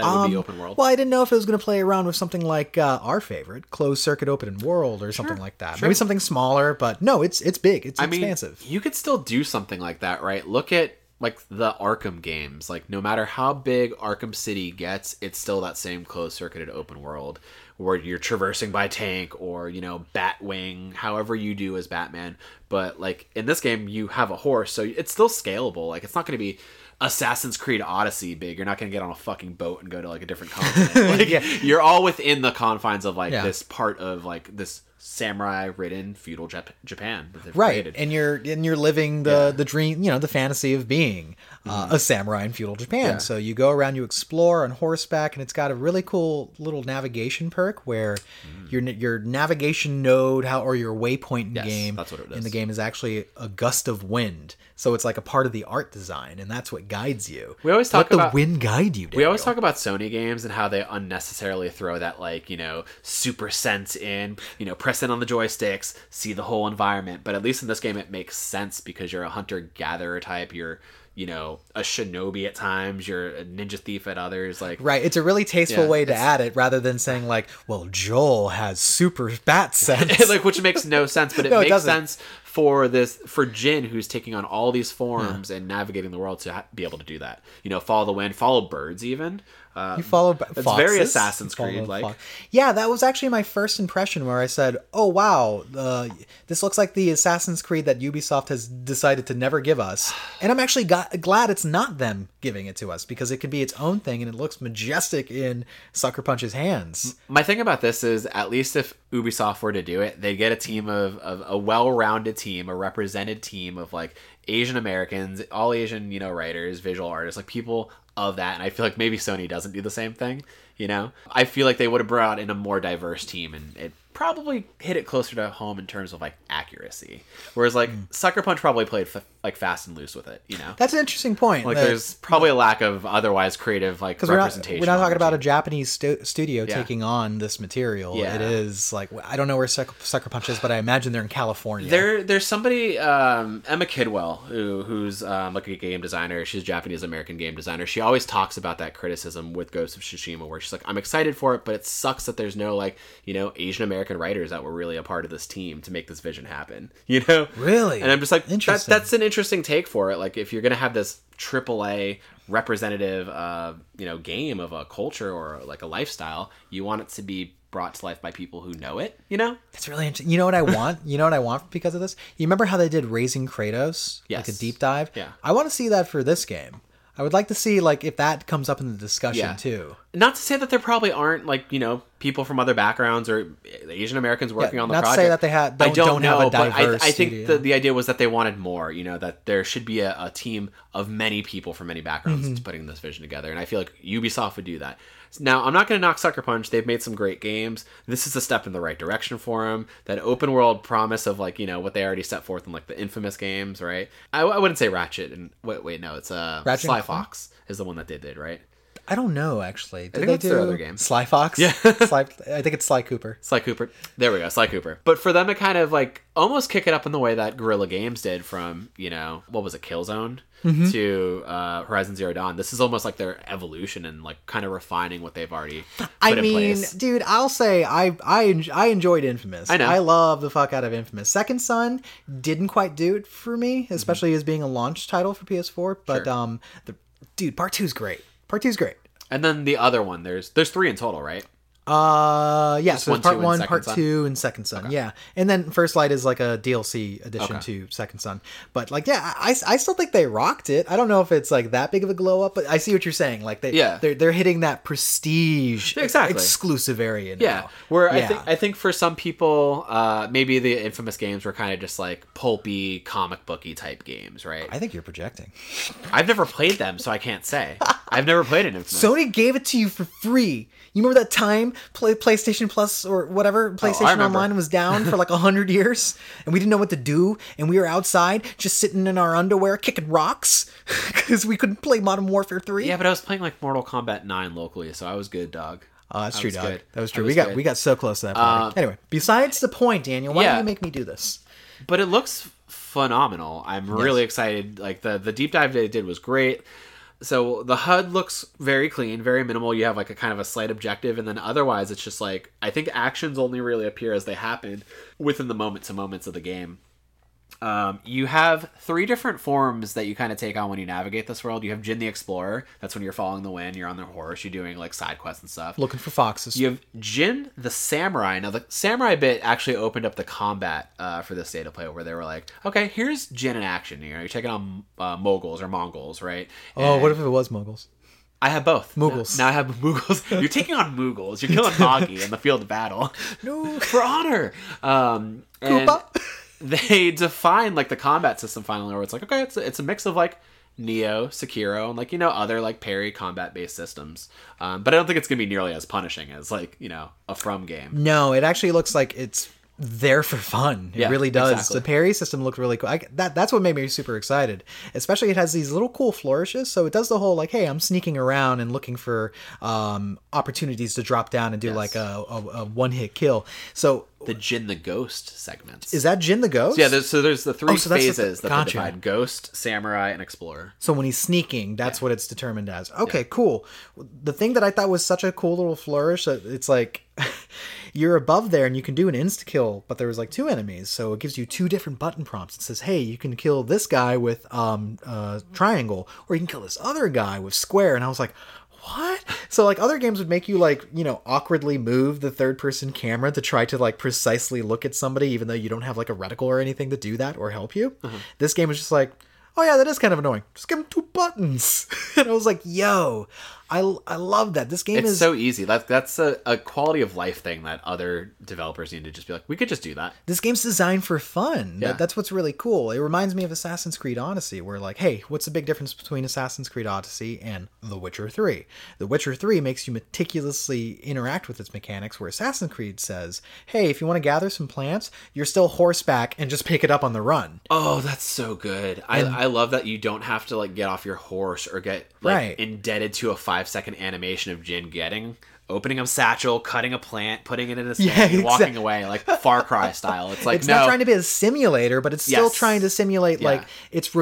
That would be Um, open world. Well, I didn't know if it was going to play around with something like uh, our favorite, closed circuit open world, or something like that. Maybe something smaller, but no, it's it's big. It's I mean, expansive. you could still do something like that, right? Look at like the Arkham games. Like no matter how big Arkham City gets, it's still that same closed circuited open world where you're traversing by tank or, you know, Batwing, however you do as Batman. But like in this game you have a horse, so it's still scalable. Like it's not gonna be Assassin's Creed Odyssey big. You're not going to get on a fucking boat and go to like a different continent. Like, Yeah. You're all within the confines of like Yeah. this part of like this samurai ridden feudal Jap- Japan. that they've right created. and you're and you're living the the dream you know the fantasy of being uh, a samurai in feudal japan Mm-hmm. Yeah. so you go around you explore on horseback and it's got a really cool little navigation perk where your your navigation node how or your waypoint in Mm. Yes, game that's what it in is. the game is actually a gust of wind so it's like a part of the art design and that's what guides you We always Let talk the about- wind guide you We always Daniel. talk about Sony games and how they unnecessarily throw that like, you know, super sense in, you know, press in on the joysticks, see the whole environment. But at least in this game it makes sense because you're a hunter gatherer type, you're, you know, a shinobi at times, you're a ninja thief at others, like Right, it's a really tasteful Yeah, way to add it rather than saying like, "Well, Joel has super bat sense." like which makes no sense, but it No, it makes doesn't. sense for this for Jin who's taking on all Hmm. these forms and navigating the world to ha- be able to do that. You know, follow the wind, follow birds, even. Uh, You follow b- It's foxes? very Assassin's You follow Creed, like. fox- yeah, that was actually my first impression where I said, "Oh wow, uh, this looks like the Assassin's Creed that Ubisoft has decided to never give us." And I'm actually got, glad it's not them giving it to us because it could be its own thing and it looks majestic in Sucker Punch's hands. My thing about this is, at least if Ubisoft were to do it, they'd get a team of, of a well-rounded team, a represented team of like Asian Americans, all Asian, you know, writers, visual artists, like people of that. And I feel like maybe Sony doesn't do the same thing. You know, I feel like they would have brought in a more diverse team, and it probably hit it closer to home in terms of like accuracy. Whereas Hmm. like Sucker Punch probably played f- like fast and loose with it. You know, That's an interesting point. like that- there's probably a lack of otherwise creative like because we're not representation. we're not on talking their about a Japanese stu- studio Yeah. taking on this material. Yeah. It is like I don't know where Sucker, Sucker Punch is, but I imagine they're in California. There, there's somebody, um, Emma Kidwell, who, who's um, like a game designer. She's a Japanese American game designer. She always talks about that criticism with Ghost of Tsushima, where she's like, "I'm excited for it, but it sucks that there's no like, you know, Asian American writers that were really a part of this team to make this vision happen." You know, Really? And I'm just like, that, Interesting. that's an interesting take for it. Like, if you're gonna have this AAA representative, uh, you know, game of a culture or like a lifestyle, you want it to be brought to life by people who know it. You know, That's really interesting. You know what I want? You know what I want because of this? You remember how they did Raising Kratos? Like Yes. a deep dive? Yeah. I want to see that for this game. I would like to see like if that comes up in the discussion Yeah. too. not to say that there probably aren't like you know people from other backgrounds or Asian Americans working on the not to say project. that they ha- don't- don't have a diverse I, I think studio. the, the idea was that they wanted more. You know that there should be a, a team of many people from many backgrounds Mm-hmm. putting this vision together, and I feel like Ubisoft would do that. Now I'm not going to knock Sucker Punch. They've made some great games. This is a step in the right direction for them. That open world promise of like you know what they already set forth in like the infamous games, right? I, I wouldn't say Ratchet and wait, wait, no, it's uh, Ratchet Sly and Clank? Fox is the one that did it, right? I don't know actually. Did think they that's do their other game. Sly Fox? Yeah. Sly, I think it's Sly Cooper. Sly Cooper. There we go, Sly Cooper. But for them to kind of like almost kick it up in the way that Guerrilla Games did from, you know, what was it, Killzone Mm-hmm. to uh, Horizon Zero Dawn, this is almost like their evolution and like kind of refining what they've already put I in mean, place. dude, I'll say I I en- I enjoyed Infamous. I know. I love the fuck out of Infamous. Second Son didn't quite do it for me, especially as being a launch title for PS4. But Sure. um, the, dude, Part Two's great. Part Two's great. And then the other one, there's there's three in total, right? Uh, yeah. so one, it's part two, and one, Second part Son? two, and Second Son. Yeah, and then First Light is like a DLC addition Okay. to Second Son. But like, yeah, I, I- I still think they rocked it. I don't know if it's like that big of a glow up, but I see what you're saying. Like they, Yeah. they're they're hitting that prestige, Exactly. exclusive area. Now. Yeah, where I Oh, Yeah. think I think for some people, uh, maybe the infamous games were kind of just like pulpy, comic booky type games, right? I think you're projecting. I've never played them, so I can't say. I've never played an infamous. Sony gave it to you for free. You remember that time play PlayStation Plus or whatever PlayStation remember. Online was down for like a hundred years, and we didn't know what to do, and we were outside just sitting in our underwear kicking rocks because we couldn't play Modern Warfare Three. Yeah, but I was playing like Mortal Kombat 9 locally, so I was good, dog. Oh, that's I true, was dog. good. That was Uh, I true. we got good. we got so close to that. point. anyway, besides the point, Daniel, why yeah. do you make me do this? But it looks phenomenal. I'm really excited. Like the the deep dive they did was great. So the HUD looks very clean, very minimal. You have like a kind of a slight objective, and then otherwise it's just like I think actions only really appear as they happen within the moment to moments of the game. Um, you have three different forms that you kind of take on when you navigate this world. You have Jin the Explorer. That's when you're following the wind. You're on the horse. You're doing like side quests and stuff. Looking for foxes. You have Jin the Samurai. Now, the Samurai bit actually opened up the combat uh, for this data play where they were like, okay, here's Jin in action. You know, you're taking on uh, Moguls or Mongols, right? oh, And what if it was Muggles? I have both. Mughals. Now, now I have Mughals. You're taking on Mughals. You're killing Magi in the field of battle. No. For honor. Um, and Koopa. they define like the combat system finally where it's like, okay, it's a, it's a mix of like Neo, Sekiro, and like, you know, other like parry combat based systems. Um, but I don't think it's going to be nearly as punishing as like, you know, a From game. No, it actually looks like it's there for fun. It Yeah, really does. exactly. The parry system looked really cool. I, that that's what made me super excited. Especially it has these little cool flourishes, so it does the whole like, hey, I'm sneaking around and looking for um, opportunities to drop down and do like a, a, a one hit kill. So The Jin the Ghost segments. is that Jin the Ghost? yeah, there's, so there's the three so that's the th- phases that gotcha. they define Ghost, Samurai, and Explorer. So when he's sneaking, that's what it's determined as. Okay, cool. The thing that I thought was such a cool little flourish, that it's like you're above there and you can do an insta kill, but there was like two enemies, so it gives you two different button prompts. It says, "Hey, you can kill this guy with um uh, triangle, or you can kill this other guy with square." And I was like. What? So like other games would make you like, you know, awkwardly move the third person camera to try to like precisely look at somebody even though you don't have like a reticle or anything to do that or help you. This game is just like, oh yeah, that is kind of annoying. Just give him two buttons. and I was like, yo, I, I love that. This game It's is so easy. That, that's a, a quality of life thing that other developers need to just be like, we could just do that. this game's designed for fun. Yeah. That, that's what's really cool. It reminds me of Assassin's Creed Odyssey, where like, hey, what's the big difference between Assassin's Creed Odyssey and The Witcher 3? The Witcher 3 makes you meticulously interact with its mechanics, where Assassin's Creed says, hey, if you want to gather some plants, you're still horseback and just pick it up on the run. Oh, that's so good. I, I love that you don't have to like get off your horse or get like Right. indebted to a five second animation of Jin getting opening a satchel, cutting a plant, putting it in a stand, Yeah, and walking exact- away like Far Cry style. It's like it's no, not trying to be a simulator, but it's still Yes. trying to simulate Yeah. like it's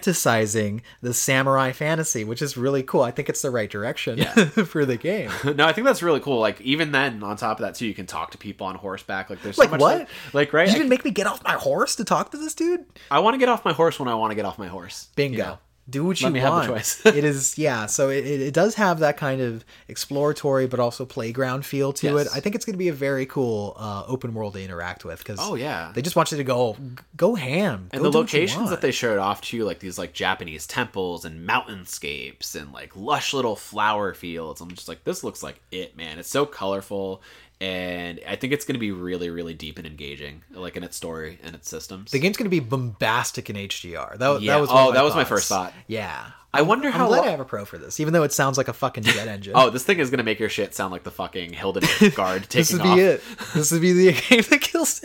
romanticizing the samurai fantasy, which is really cool. I think it's the right direction Yeah. for the game. no, I think that's really cool. Like even then, on top of that too, you can talk to people on horseback. Like there's so Like much what? that- like right. You I- didn't make me get off my horse to talk to this dude. I, want to get off my horse when I want to get off my horse. Bingo. You know? Do what you me have want. the choice. it is yeah. So it, it it does have that kind of exploratory but also playground feel to Yes. it. I think it's going to be a very cool uh, open world to interact with because Oh, yeah. they just want you to go go ham And the locations that they showed off too, like these like Japanese temples and mountainscapes and like lush little flower fields. I'm just like, this looks like it, man. It's so colorful, and I think it's going to be really, really deep and engaging, like in its story and its systems. The game's going to be bombastic in HDR. That, Yeah. that was Oh, one of that was my thoughts. first thought. Yeah. I wonder I'm how. glad lo- I have a pro for this, even though it sounds like a fucking jet engine. oh, this thing is going to make your shit sound like the fucking Hildenberg guard taking this would off. be it. This would be the game that kills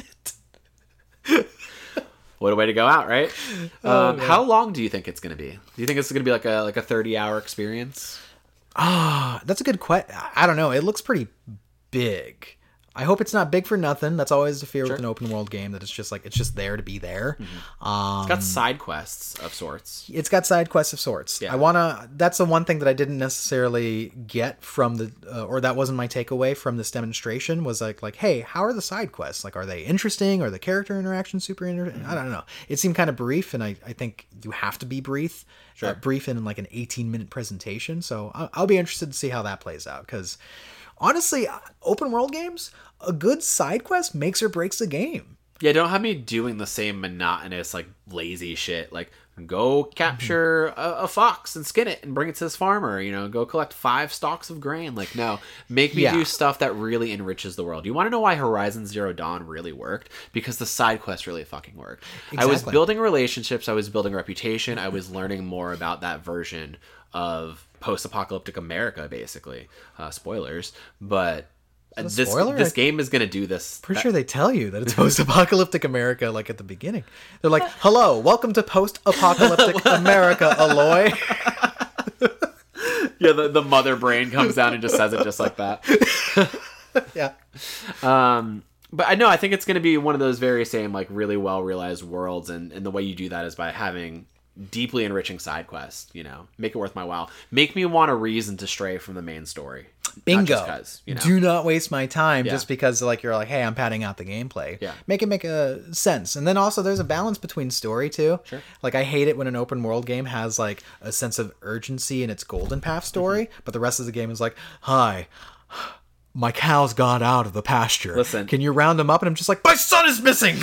it. What a way to go out, right? Oh, um, how long do you think it's going to be? Do you think it's going to be like a like a 30 hour experience? Ah, that's a good question. I don't know. It looks pretty big. I hope it's not big for nothing. That's always the fear with an open world game that it's just like it's just there to be there. Um, Got side quests of sorts. it's got side quests of sorts. Yeah. I wanna. That's the one thing that I didn't necessarily get from the, uh, or that wasn't my takeaway from this demonstration was like, like, hey, how are the side quests? Like, are they interesting? Are the character interactions super interesting? I don't know. It seemed kind of brief, and I, I think you have to be brief, uh, brief in like an eighteen minute presentation. So I'll, I'll be interested to see how that plays out because honestly, uh, open world games, a good side quest makes or breaks the game. Yeah, don't have me doing the same monotonous, like lazy shit. Like, go capture Mm-hmm. a, a fox and skin it and bring it to this farmer. You know, go collect five stalks of grain. Like, no, make me Yeah. do stuff that really enriches the world. You want to know why Horizon Zero Dawn really worked? Because the side quest really fucking worked. I was Exactly. building relationships. I was building reputation. I was learning more about that version of post-apocalyptic America, basically. Uh, spoilers, but. This, spoiler? this game is going to do this. Pretty sure they tell you that it's post-apocalyptic America, like at the beginning. They're like, "Hello, welcome to post-apocalyptic America, Aloy." Yeah, the, the mother brain comes down and just says it just like that. yeah, Um, but I know I think it's going to be one of those very same like really well realized worlds, and and the way you do that is by having deeply enriching side quests. You know, make it worth my while. Make me want a reason to stray from the main story. Not Bingo. just 'cause, you know. Do not waste my time Yeah. just because like you're like, hey, I'm padding out the gameplay. Yeah. Make it make a sense. And then also there's a balance between story too. Sure. Like I hate it when an open world game has like a sense of urgency in its golden path story, Mm-hmm. but the rest of the game is like, hi. My cows got out of the pasture. Listen. Can you round them up? And I'm just like, my son is missing.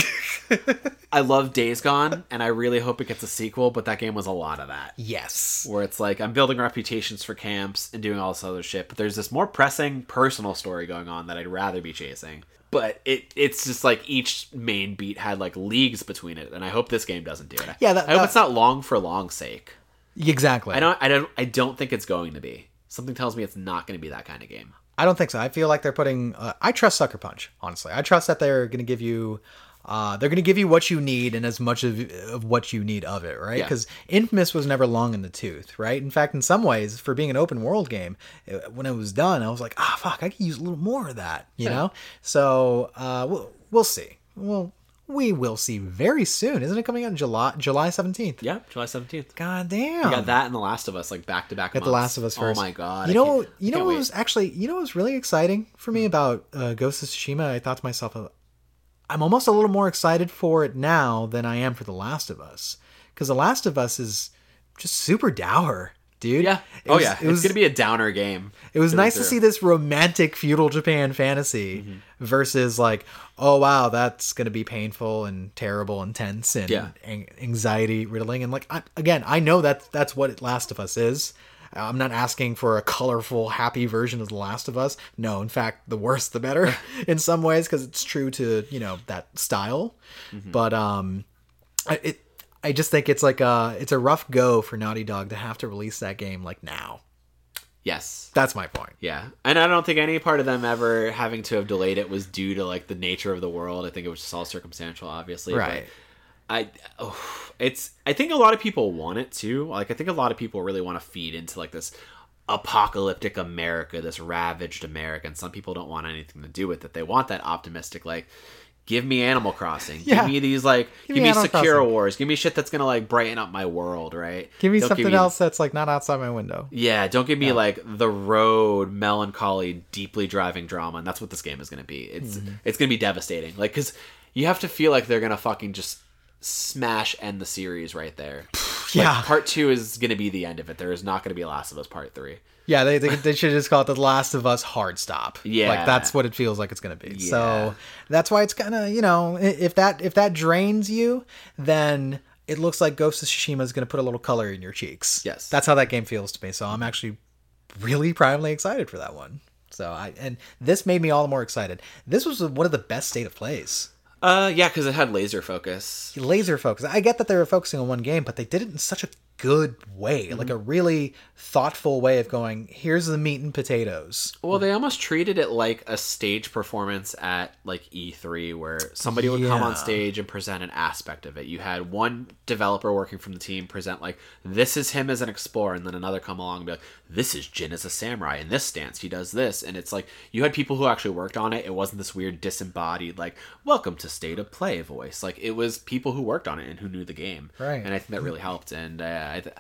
I love Days Gone, and I really hope it gets a sequel, but that game was a lot of that. yes. Where it's like, I'm building reputations for camps and doing all this other shit, but there's this more pressing personal story going on that I'd rather be chasing. But it it's just like each main beat had like leagues between it, and I hope this game doesn't do it. Yeah, that- I hope that- it's not long for long's sake. Exactly. I don't I don't I don't think it's going to be. Something tells me it's not going to be that kind of game. I don't think so. I feel like they're putting. Uh, I trust Sucker Punch. Honestly, I trust that they're going to give you. Uh, they're going to give you what you need and as much of, of what you need of it, right? Yeah. Because Infamous was never long in the tooth, right? In fact, in some ways, for being an open world game, it, when it was done, I was like, ah, fuck, I could use a little more of that, you know? So uh, we'll, we'll see. Well, we will see very soon. Isn't it coming out in July July 17th? Yeah, July 17th. God damn. Got that and The Last of Us like back to back. Get The Last of Us first. Oh my god! You I know, can't- I you know can't what wait. was actually, you know what was really exciting for me about uh, Ghost of Tsushima. I thought to myself, uh, I'm almost a little more excited for it now than I am for The Last of Us, because The Last of Us is just super dour, dude. Yeah. It oh was- yeah. It was it's gonna be a downer game. it was through and nice to through. see this romantic feudal Japan fantasy versus like, oh wow, that's gonna be painful and terrible and tense and Yeah. an- anxiety riddling. And like I, again, I know that that's what Last of Us is. I'm not asking for a colorful, happy version of The Last of Us. No, in fact, the worse the better in some ways because it's true to you know that style. But um, I, it. I just think it's like a it's a rough go for Naughty Dog to have to release that game like now. Yes. That's my point. Yeah, and I don't think any part of them ever having to have delayed it was due to like the nature of the world. I think it was just all circumstantial, obviously. but Right. I, oh, it's. I think a lot of people want it too. Like I think a lot of people really want to feed into like this apocalyptic America, this ravaged America, and some people don't want anything to do with it. They want that optimistic, like, give me Animal Crossing, Yeah. give me these like, give, me me, Animal Secure Crossing. Wars, give me shit that's gonna like brighten up my world, right? Give me Don't something else that's like not outside my window. Yeah, don't give me like the road melancholy, deeply driving drama, and that's what this game is going to be. It's it's going to be devastating, like because you have to feel like they're going to fucking just smash end the series right there. yeah, part two is going to be the end of it. There is not going to be Last of Us Part Three. yeah. They, they, they should just call it the Last of Us hard stop. Yeah. like that's what it feels like it's gonna be. Yeah. So that's why it's kind of you know i- if that if that drains you, then it looks like Ghost of Tsushima is gonna put a little color in your cheeks. Yes. that's how that game feels to me. So I'm actually really primarily excited for that one. So I and this made me all the more excited. This was one of the best state of plays. Uh, yeah, because it had laser focus. laser focus. I get that they were focusing on one game, but they did it in such a good way, like a really thoughtful way of going, here's the meat and potatoes. Well, they almost treated it like a stage performance at like E3, where somebody would come on Yeah. stage and present an aspect of it. You had one developer working from the team present like this is him as an explorer, and then another come along and be like, this is Jin as a samurai. In this stance, he does this, and it's like you had people who actually worked on it. It wasn't this weird disembodied like welcome to state of play voice. Like it was people who worked on it and who knew the game, Right. And I think that really helped. And uh, I. Th-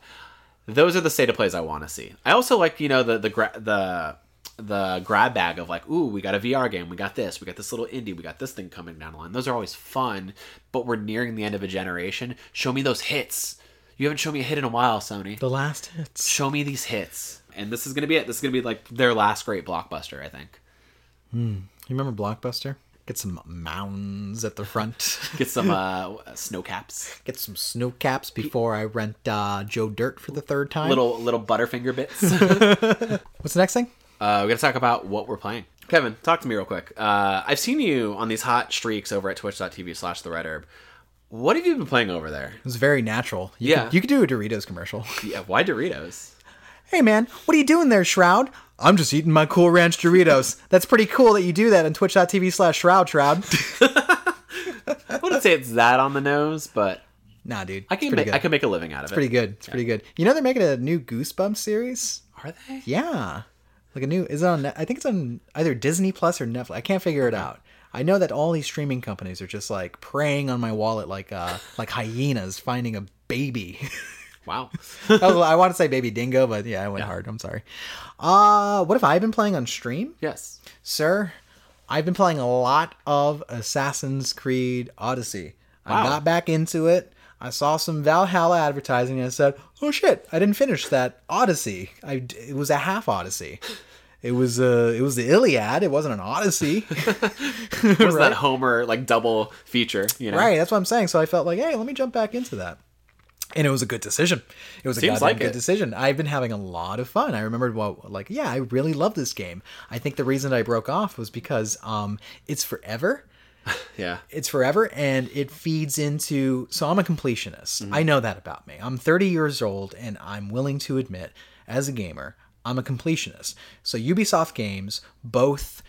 those are the state of plays I want to see. I also like you know the the gra- the the grab bag of like, ooh, we got a VR game, we got this, we got this little indie, we got this thing coming down the line. Those are always fun, but we're nearing the end of a generation. Show me those hits. You haven't shown me a hit in a while, Sony. The last hits. Show me these hits. And this is gonna be it. This is gonna be like their last great blockbuster, I think. You remember Blockbuster? Get some mounds at the front. Get some uh, snow caps, Get some snow caps before I rent uh, Joe Dirt for the third time. little little butterfinger bits. What's the next thing? Uh, we got to talk about what we're playing. Kevin, talk to me real quick. Uh, I've seen you on these hot streaks over at twitch.tv slash the red herb. What have you been playing over there? It was very natural. You Yeah. Could, you could do a Doritos commercial. Yeah, why Doritos? hey, man, what are you doing there, Shroud? I'm just eating my Cool Ranch Doritos. That's pretty cool that you do that on twitch.tv slash Shroud Shroud. I wouldn't say it's that on the nose, but nah, dude. I can, make, I can make a living out of it. pretty good. It's pretty good. You know they're making a new Goosebumps series. Are they? Yeah, like a new is it on. Net- I think it's on either Disney Plus or Netflix. I can't figure it out. I know that all these streaming companies are just like preying on my wallet like uh like hyenas finding a baby. Wow. I, was- I want to say baby dingo, but yeah, I went hard. I'm sorry. Uh, what have I been playing on stream, yes. sir? I've been playing a lot of Assassin's Creed Odyssey. I Wow. got back into it. I saw some Valhalla advertising and I said, "Oh shit, I didn't finish that Odyssey. I d it was a half Odyssey. It was uh, it was the Iliad. It wasn't an Odyssey." What is that Homer like double feature? You know, Right, that's what I'm saying. So I felt like, hey, let me jump back into that. And it was a good decision. It was a Seems goddamn like good it. decision. I've been having a lot of fun. I remembered what like, yeah, I really love this game. I think the reason I broke off was because um it's forever Yeah. it's forever and it feeds into so i'm a completionist i know that about me i'm 30 years old and i'm willing to admit as a gamer i'm a completionist so ubisoft games both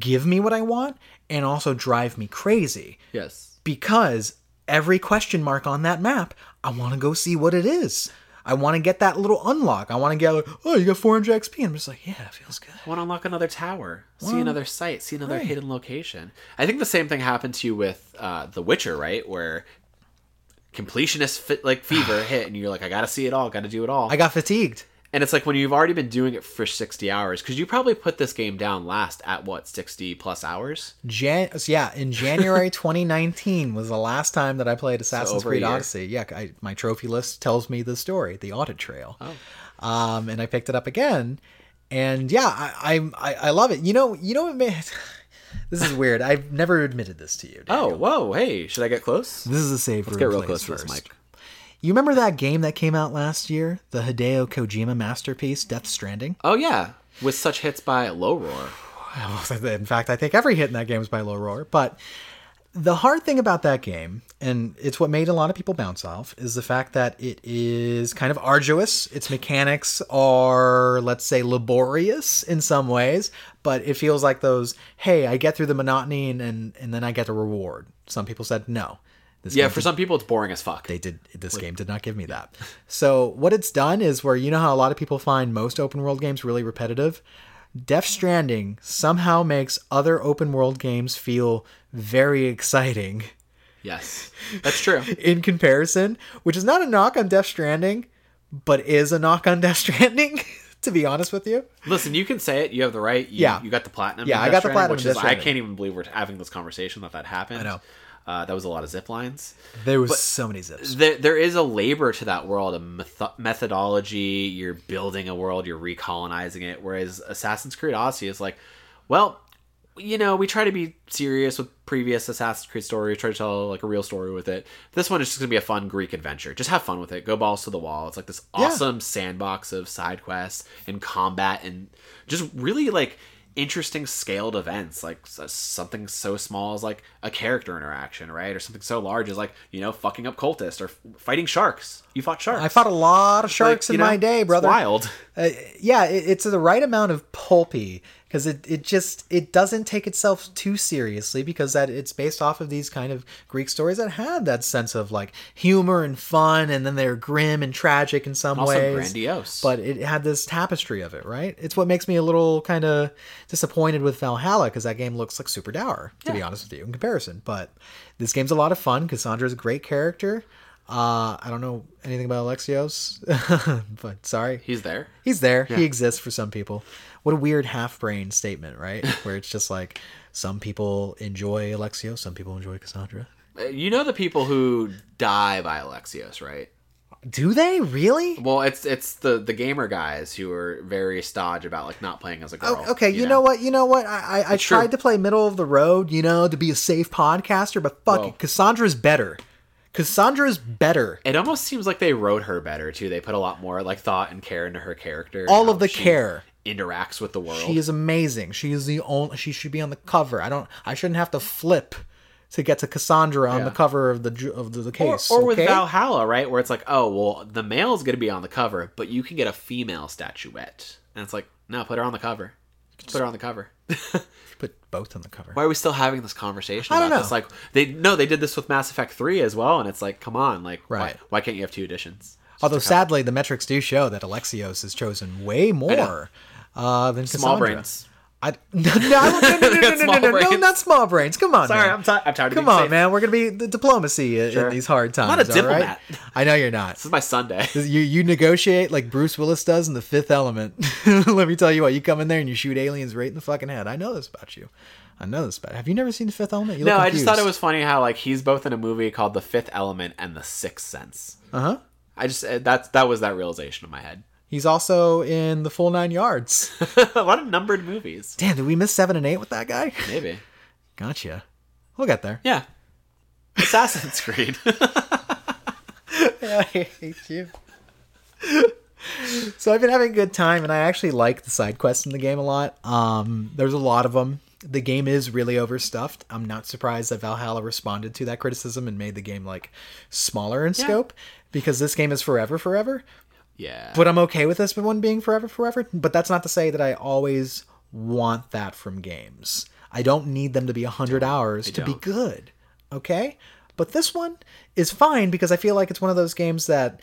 give me what i want and also drive me crazy Yes. because every question mark on that map, I want to go see what it is. I want to get that little unlock. I want to get like, oh, you got 400 XP. I'm just like, yeah, it feels good. Want to unlock another tower? See another site? See another hidden location? I think the same thing happened to you with uh, The Witcher, right? Where completionist fit, like fever hit, and you're like, I gotta see it all, gotta do it all. I got fatigued. And it's like when you've already been doing it for 60 hours, because you probably put this game down last at what, 60 plus hours? Jan- so yeah, in January 2019 was the last time that I played Assassin's over a Creed year. Odyssey. Yeah, I, my trophy list tells me the story, the audit trail. Oh. Um, and I picked it up again, and yeah, I, I'm- I I love it. You know, you know, what, man, this is weird. I've never admitted this to you. Dan. Oh, whoa, hey, should I get close? This is a save Let's Get real close to this mic. You remember that game that came out last year, the Hideo Kojima masterpiece, Death Stranding? Oh, yeah, with such hits by Low Roar. In fact, I think every hit in that game is by Low Roar. But the hard thing about that game, and it's what made a lot of people bounce off, is the fact that it is kind of arduous. Its mechanics are, let's say, laborious in some ways, but it feels like those, hey, I get through the monotony and, and, and then I get a reward. Some people said no. This Yeah, game for some people, it's boring as fuck. they did this game did not give me that. So what it's done is where you know how a lot of people find most open world games really repetitive. Death Stranding somehow makes other open world games feel very exciting Yes, that's true. in comparison, which is not a knock on Death Stranding, but is a knock on Death Stranding. to be honest with you, Listen, you can say it. You have the right. You, Yeah. you got the platinum. Yeah, in I Death got the Stranding, platinum Which in is, Death I Stranding. can't even believe we're having this conversation that that happened. I know. Uh, that was a lot of zip lines. there was so many zips. There, there is a labor to that world, a metho- methodology. You're building a world, you're recolonizing it. Whereas Assassin's Creed Odyssey is like, well, you know, we try to be serious with previous Assassin's Creed story, try to tell like a real story with it. This one is just gonna be a fun Greek adventure. Just have fun with it. Go balls to the wall. It's like this awesome sandbox of side quests and combat and just really like interesting scaled events like s- something so small as like a character interaction right or something so large as like you know fucking up cultists or f- fighting sharks you fought sharks I fought a lot of sharks Like, in you know, my day, it's brother. wild uh, yeah, it, it's the right amount of pulpy because it, it just it doesn't take itself too seriously because that it's based off of these kind of Greek stories that had that sense of like humor and fun and then they're grim and tragic in some also ways. grandiose But it had this tapestry of it, right? It's what makes me a little kind of disappointed with Valhalla because that game looks like super dour, to be honest with you, in comparison. But this game's a lot of fun. Cassandra's a great character. Uh, I don't know anything about Alexios, but sorry. he's there He's there. He exists for some people. What a weird half brain statement, right? Where it's just like some people enjoy Alexio, some people enjoy Cassandra. Uh, you know the people who die by alexios right Do they really? Well, it's it's the the gamer guys who are very stodge about like not playing as a girl. Oh, Okay, you, know? what? You know what? I I, I true. tried to play middle of the road, you know, to be a safe podcaster, but fuck Whoa. it, Cassandra's better. Cassandra's better. It almost seems like they wrote her better too. They put a lot more like thought and care into her character. and All how of the she care. interacts with the world. She is amazing. She is the only. She should be on the cover. I don't. I shouldn't have to flip to get to Cassandra on the cover of the ju- of the, the or, case. or with okay? Valhalla, right? Where it's like, oh well, the male's gonna be on the cover, but you can get a female statuette, and it's like, no, put her on the cover. Put her on the cover. Put both on the cover. Why are we still having this conversation? I don't about This? know. Like they no, they did this with Mass Effect Three as well, and it's like, come on, like why- Right. Why, can't you have two editions? Although sadly, the metrics do show that Alexios has chosen way more uh, than Small Cassandra. brains. I no no no no no no no, Small no, no, no brains. not small brains. Come on, Sorry, man. I'm, ti I'm tired of Come being on, safe. man. We're gonna be the diplomacy i- Sure. in these hard I'm times. not a all right? diplomat. I know you're not. This is my Sunday. You you negotiate like Bruce Willis does in The Fifth Element. Let me tell you what. You come in there and you shoot aliens right in the fucking head. I know this about you. I know this about. Have you never seen The Fifth Element? You No, look I just thought confused. it was funny how like he's both in a movie called The Fifth Element and The Sixth Sense. Uh-huh. I just uh, that's that was that realization in my head. He's also in the full nine yards. a lot of numbered movies. Damn, did we miss seven and eight with that guy? Maybe. Gotcha. We'll get there. Yeah. Assassin's Creed. I hate you. so I've been having a good time, and I actually like the side quests in the game a lot. Um, there's a lot of them. The game is really overstuffed. I'm not surprised that Valhalla responded to that criticism and made the game like smaller in scope because this game is forever, forever. yeah. But I'm okay with this one being forever, forever. But that's not to say that I always want that from games. I don't need them to be 100 hours to be don't. good. Okay? But this one is fine because I feel like it's one of those games that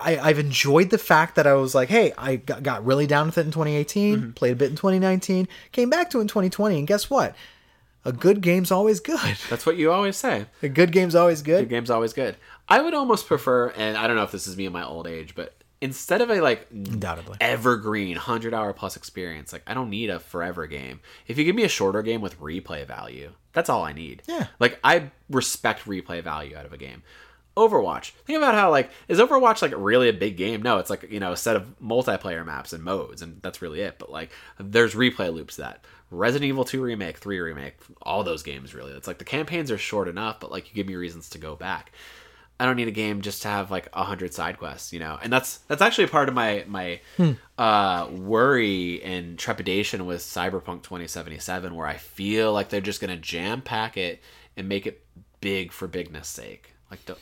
I, I've enjoyed the fact that I was like, hey, I got, got really down with it in 2018, Mm-hmm. played a bit in 2019, came back to it in 2020, and guess what? A good game's always good. that's what you always say. A good game's always good. The game's always good. I would almost prefer and I don't know if this is me in my old age, but instead of a like Undoubtedly. evergreen 100 hour plus experience, like I don't need a forever game. If you give me a shorter game with replay value, that's all I need. Yeah. Like I respect replay value out of a game. Overwatch. Think about how like is Overwatch like really a big game? No, it's like you know a set of multiplayer maps and modes, and that's really it. But like there's replay loops to that Resident Evil 2 remake, 3 remake, all those games really. It's like the campaigns are short enough, but like you give me reasons to go back. I don't need a game just to have like a hundred side quests, you know. And that's that's actually part of my my uh, worry and trepidation with Cyberpunk 2077, where I feel like they're just gonna jam pack it and make it big for bigness sake. Like, don't,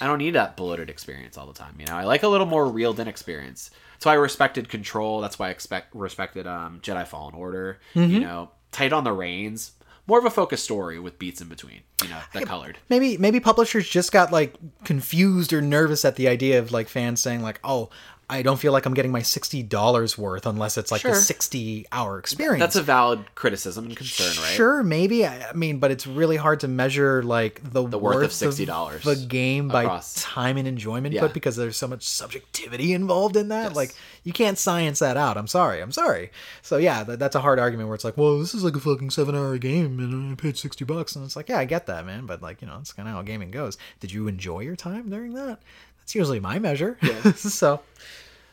I don't need that bloated experience all the time, you know. I like a little more reeled in experience. That's why I respected Control. That's why I expect respected um, Jedi Fallen Order. You know, tight on the reins, more of a focused story with beats in between. You know, that colored. maybe maybe publishers just got like confused or nervous at the idea of like fans saying like oh i don't feel like i'm getting my $60 worth unless it's like a Sure. 60 hour experience That's a valid criticism and concern, right? sure maybe i I mean but it's really hard to measure like the, worth of $60 the game by across. time and enjoyment Yeah. but because there's so much subjectivity involved in that like you can't science that out i'm sorry i'm sorry so yeah th- that's a hard argument where it's like well this is like a fucking seven hour game and i paid 60 bucks and it's like yeah i get that man but like you know that's kind of how gaming goes did you enjoy your time during that that's usually my measure so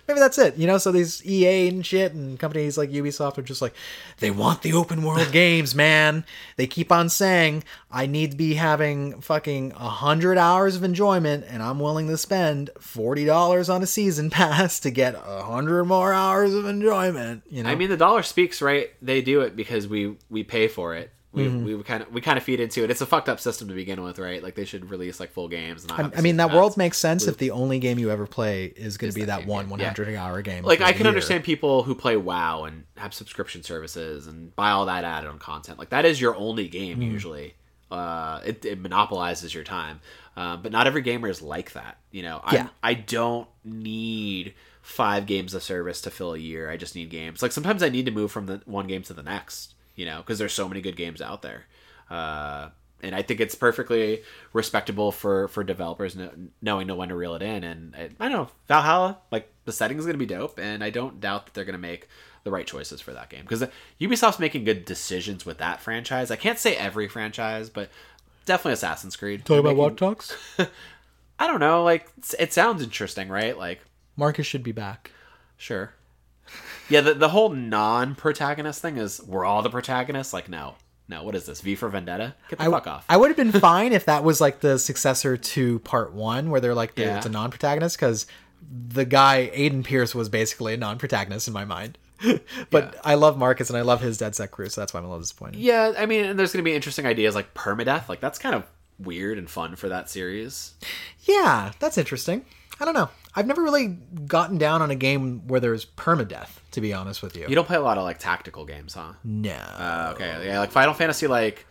maybe that's it. You know, so these EA and shit and companies like Ubisoft are just like, they want the open world games, man. They keep on saying, I need to be having fucking 100 hours of enjoyment, and I'm willing to spend $40 on a season pass to get 100 more hours of enjoyment. You know, I mean, the dollar speaks, right? They do it because we we pay for it. We Mm-hmm. we kind of we kind of feed into it. It's a fucked up system to begin with, right? Like they should release like full games. And not have I to mean, see that ads. world makes sense if the only game you ever play is going to be that, one yeah. 100 hour game. Like per I can year. understand people who play WoW and have subscription services and buy all that add-on content. Like that is your only game usually. Uh, it, it monopolizes your time, uh, but not every gamer is like that. You know, I Yeah. I don't need five games of service to fill a year. I just need games. Like sometimes I need to move from the one game to the next. You know, because there's so many good games out there. Uh, and I think it's perfectly respectable for for developers kno- knowing to when to reel it in. And I, I don't know Valhalla, like the setting's going to be dope, and I don't doubt that they're going to make the right choices for that game because Ubisoft's making good decisions with that franchise. I can't say every franchise, but definitely Assassin's Creed. Talking They're about Watch making- Dogs? I don't know. Like it's- it sounds interesting, right? Like Marcus should be back. sure. Yeah, the, the whole non-protagonist thing is we're all the protagonists. Like, no, no. What is this? V for Vendetta? Get the fuck off. I would have been fine if that was like the successor to part one, where they're like the, Yeah. it's a non-protagonist because the guy Aiden Pierce was basically a non-protagonist in my mind. but I love Marcus and I love his Dead Set crew, so that's why I'm a little disappointed. Yeah, I mean, and there's going to be interesting ideas like permadeath. Like that's kind of weird and fun for that series. Yeah, that's interesting. I don't know. I've never really gotten down on a game where there's permadeath, to be honest with you. You don't play a lot of like tactical games, huh? no, Uh, okay, yeah, like Final Fantasy, like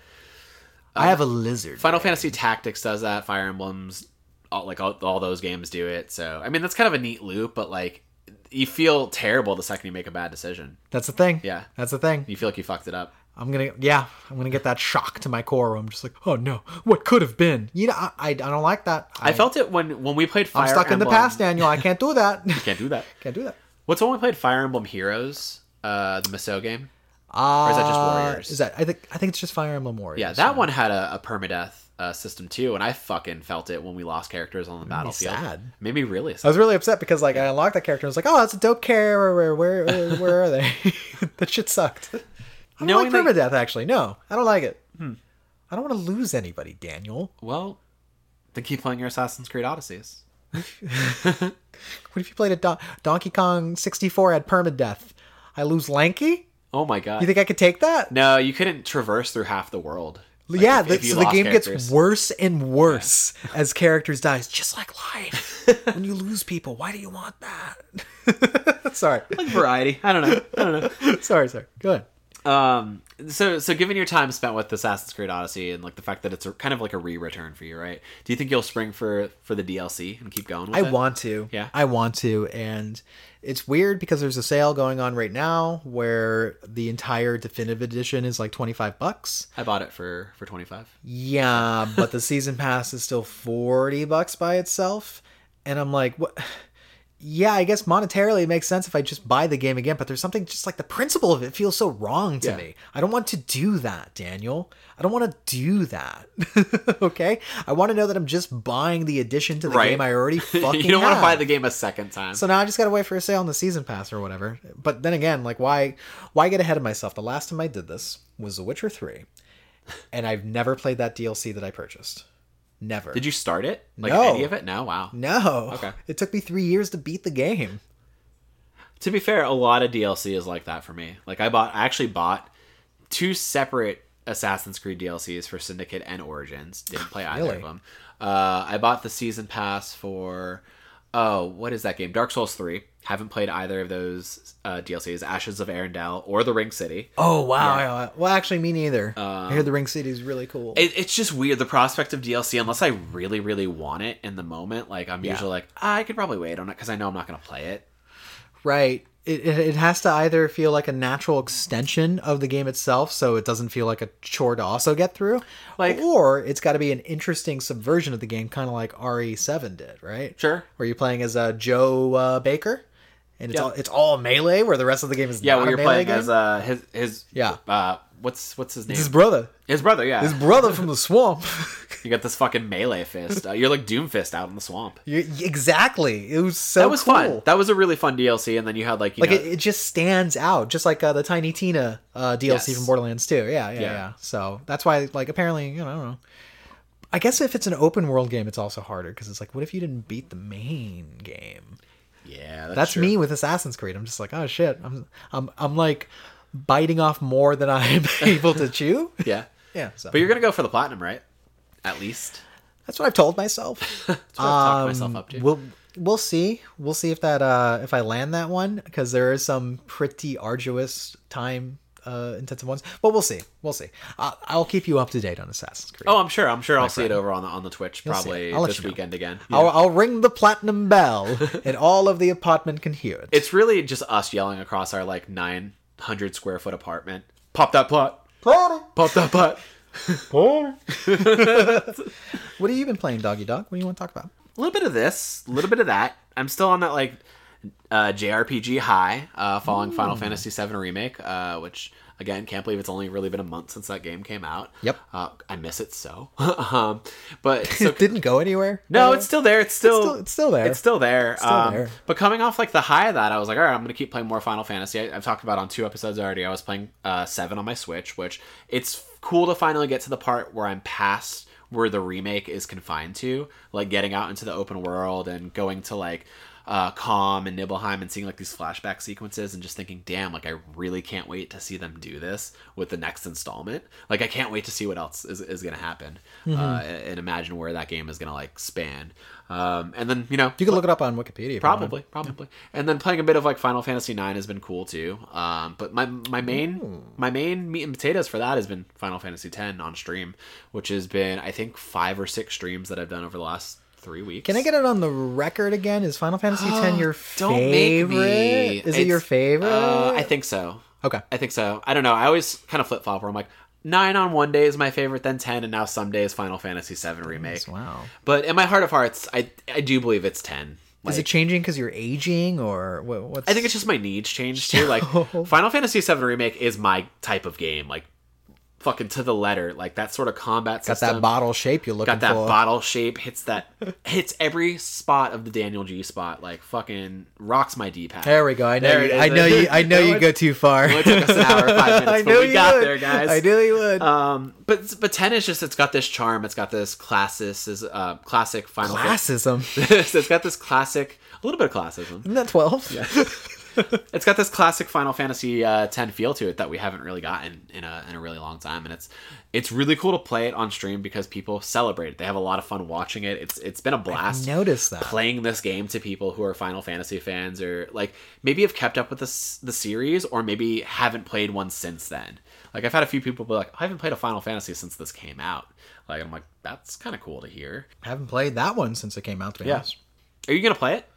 I have a lizard. Final Fantasy Tactics does that. Fire Emblems, all, like all, all those games do it. So I mean, that's kind of a neat loop, but like you feel terrible the second you make a bad decision. That's the thing. Yeah. That's the thing. You feel like you fucked it up. I'm gonna yeah, I'm gonna get that shock to my core. Where I'm just like, oh no, what could have been? You know, I, I, I don't like that. I, felt it when when we played Fire I'm stuck in the Emblem- past, Daniel. I can't do that. Can't do that. can't do that. What's the one we played Fire Emblem Heroes? Uh, the Miso game. Uh, is that just Warriors? Is that I think I think it's just Fire Emblem Warriors. Yeah, that one had a, a permadeath uh, system too, and I fucking felt it when we lost characters on the battlefield. sad. Made me really I sad. was really upset because like I unlocked that character and was like, oh, that's a dope character. Where where where, where are they? that shit sucked. I don't Knowing like that- Hmm. permadeath actually. No, I don't like it. I don't want to lose anybody, Daniel. Well, then keep playing your Assassin's Creed Odysseys. What if you played a Don- Donkey Kong 64 at permadeath? I lose Lanky. Oh my god. You think I could take that? no, you couldn't traverse through half the world. Like, yeah, if- the, if you so the lost game gets characters. worse and worse as characters dies, just like life. when you lose people, why do you want that? sorry, Like variety. I don't know. I don't know. sorry, sorry. Go ahead. Um, so so given your time spent with Assassin's Creed Odyssey and like the fact that it's a, kind of like a re-return for you, right? Do you think you'll spring for for the DLC and keep going? With I it? want to. Yeah. I want to, and it's weird because there's a sale going on right now where the entire definitive edition is like twenty five bucks. I bought it for for twenty five. Yeah, but the season pass is still 40 bucks by itself. And I'm like, what? Yeah, I guess monetarily it makes sense if I just buy the game again, but there's something just like the principle of it feels so wrong to Yeah. me. I don't want to do that, Daniel. I don't want to do that. okay? I want to know that I'm just buying the addition to the Right. game I already fucking you don't want to have. buy the game a second time. So now I just gotta wait for a sale on the season pass or whatever. But then again, like why why get ahead of myself? The last time I did this was The Witcher 3. And I've never played that DLC that I purchased. Never. Did you start it? Like No. any of it? No. Wow. No. Okay. It took me three years to beat the game. To be fair, a lot of DLC is like that for me. Like I bought, I actually bought two separate Assassin's Creed DLCs for Syndicate and Origins. Didn't play either Really? of them. Uh, I bought the season pass for, oh, what is that game? Dark Souls Three. Haven't played either of those uh, DLCs, Ashes of Arendelle or The Ring City. Oh wow. Well actually me neither. I hear the Ring City is really cool. Uh, It, it's just weird the prospect of DLC unless I really, really want it in the moment. Like I'm usually like, "Ah, I could probably wait on it because I know I'm not going to play it. right. It, it, it has to either feel like a natural extension of the game itself so it doesn't feel like a chore to also get through Like- or it's got to be an interesting subversion of the game kind of like re7 did right Sure. where you're playing as uh, Joe uh, Baker, and it's Yeah. all it's all melee, where the rest of the game is Yeah, not well, a you're melee playing game. as uh, his his Yeah. Uh, what's what's his name? his His, brother, brother. Yeah, his brother from the swamp. you got this fucking melee fist. Uh, you're like Doomfist out in the swamp. You- exactly, it was so That was cool. fun. That was a really fun DLC. And then you had like you like know, it, it just stands out, just like uh, the Tiny Tina uh, DLC Yes. from Borderlands 2. Yeah, yeah, yeah, Yeah. So that's why, like, apparently, you know, I don't know. I guess if it's an open world game, it's also harder because it's like, what if you didn't beat the main game? yeah, that's, That's true. me with Assassin's Creed. I'm just like, oh shit. I'm I'm I'm like biting off more than I'm able to chew. Yeah, Yeah. So but you're gonna go for the platinum, right? At least that's what I've told myself. that's what I've talked Um, myself up to. We'll we'll see. We'll see if that uh if I land that one because there is some pretty arduous time uh intensive ones. But we'll see. We'll see. I, I'll keep you up to date on Assassin's Creed. oh, I'm sure. I'm sure I'll see it over on the on the Twitch see probably it. I'll let this you know. weekend again. Yeah. I'll, I'll ring the platinum bell, and all of the apartment can hear it. It's really just us yelling across our like 900 square foot apartment. Pop that plot. Party, Pop that plot. party. what have you been playing, Doggy Dog? What do you want to talk about? a little bit of this, a little bit of that. I'm still on that like uh, JRPG high, uh, following Final Fantasy VII remake, uh, which again can't believe it's only really been a month since that game came out. Yep. uh, I miss it so. um, but so, it didn't go anywhere. no, Uh, it's still there. It's still still- it's still there. It's still there. still um, there. But coming off like the high of that, I was like, all right, I'm gonna keep playing more Final Fantasy. I, I've talked about on two episodes already. I was playing uh, seven on my Switch, which it's cool to finally get to the part where I'm past where the remake is confined to, like getting out into the open world and going to like. Uh, Calm and Nibelheim, and seeing like these flashback sequences, and just thinking, damn, like I really can't wait to see them do this with the next installment. Like I can't wait to see what else is, is going to happen, uh, and imagine where that game is going to like span. Um, and then you know, You can look it up on Wikipedia. if you want. Probably, probably. And then playing a bit of like Final Fantasy IX has been cool too. Um, but my my main my main meat and potatoes for that has been Final Fantasy X on stream, which has been I think five or six streams that I've done over the last three weeks. Can I get it on the record again? Is Final Fantasy X your Oh, Don't favorite? make me. Is it your It's- favorite? Uh, I think so. okay. I think so. I don't know. I always kind of flip flop where I'm like nine on one day is my favorite, then ten, and now some days Final Fantasy VII remake. Wow. But in my heart of hearts, I I do believe it's ten. Like, Is it changing because you're aging or what, what's? I think it's just my needs changed too. Like Final Fantasy VII remake is my type of game. Like fucking to the letter. Like that sort of combat got system. that bottle shape you're looking um, got that for. bottle shape hits that hits every spot of the Daniel G spot like fucking rocks my D pad. there we go. I know. There you, it is. I know you. I know That you was- go too far. It took us an hour, five minutes, but we got there, guys. I knew you would. Um, but but ten is just it's got this charm. It's got this classis is uh classic Final Classism. Fantasy. it's got this classic a little bit of classism. um, Isn't that twelve? It's got this classic Final Fantasy uh, ten feel to it that we haven't really gotten in a in a really long time, and it's it's really cool to play it on stream because people celebrate it. They have a lot of fun watching it. It's it's been a blast. Notice that. playing this game to people who are Final Fantasy fans or like maybe have kept up with this the series or maybe haven't played one since then. Like I've had a few people be like, I haven't played a Final Fantasy since this came out. Like I'm like, that's kind of cool to hear. haven't played that one since it came out. To be Yeah. honest. Are you gonna play it?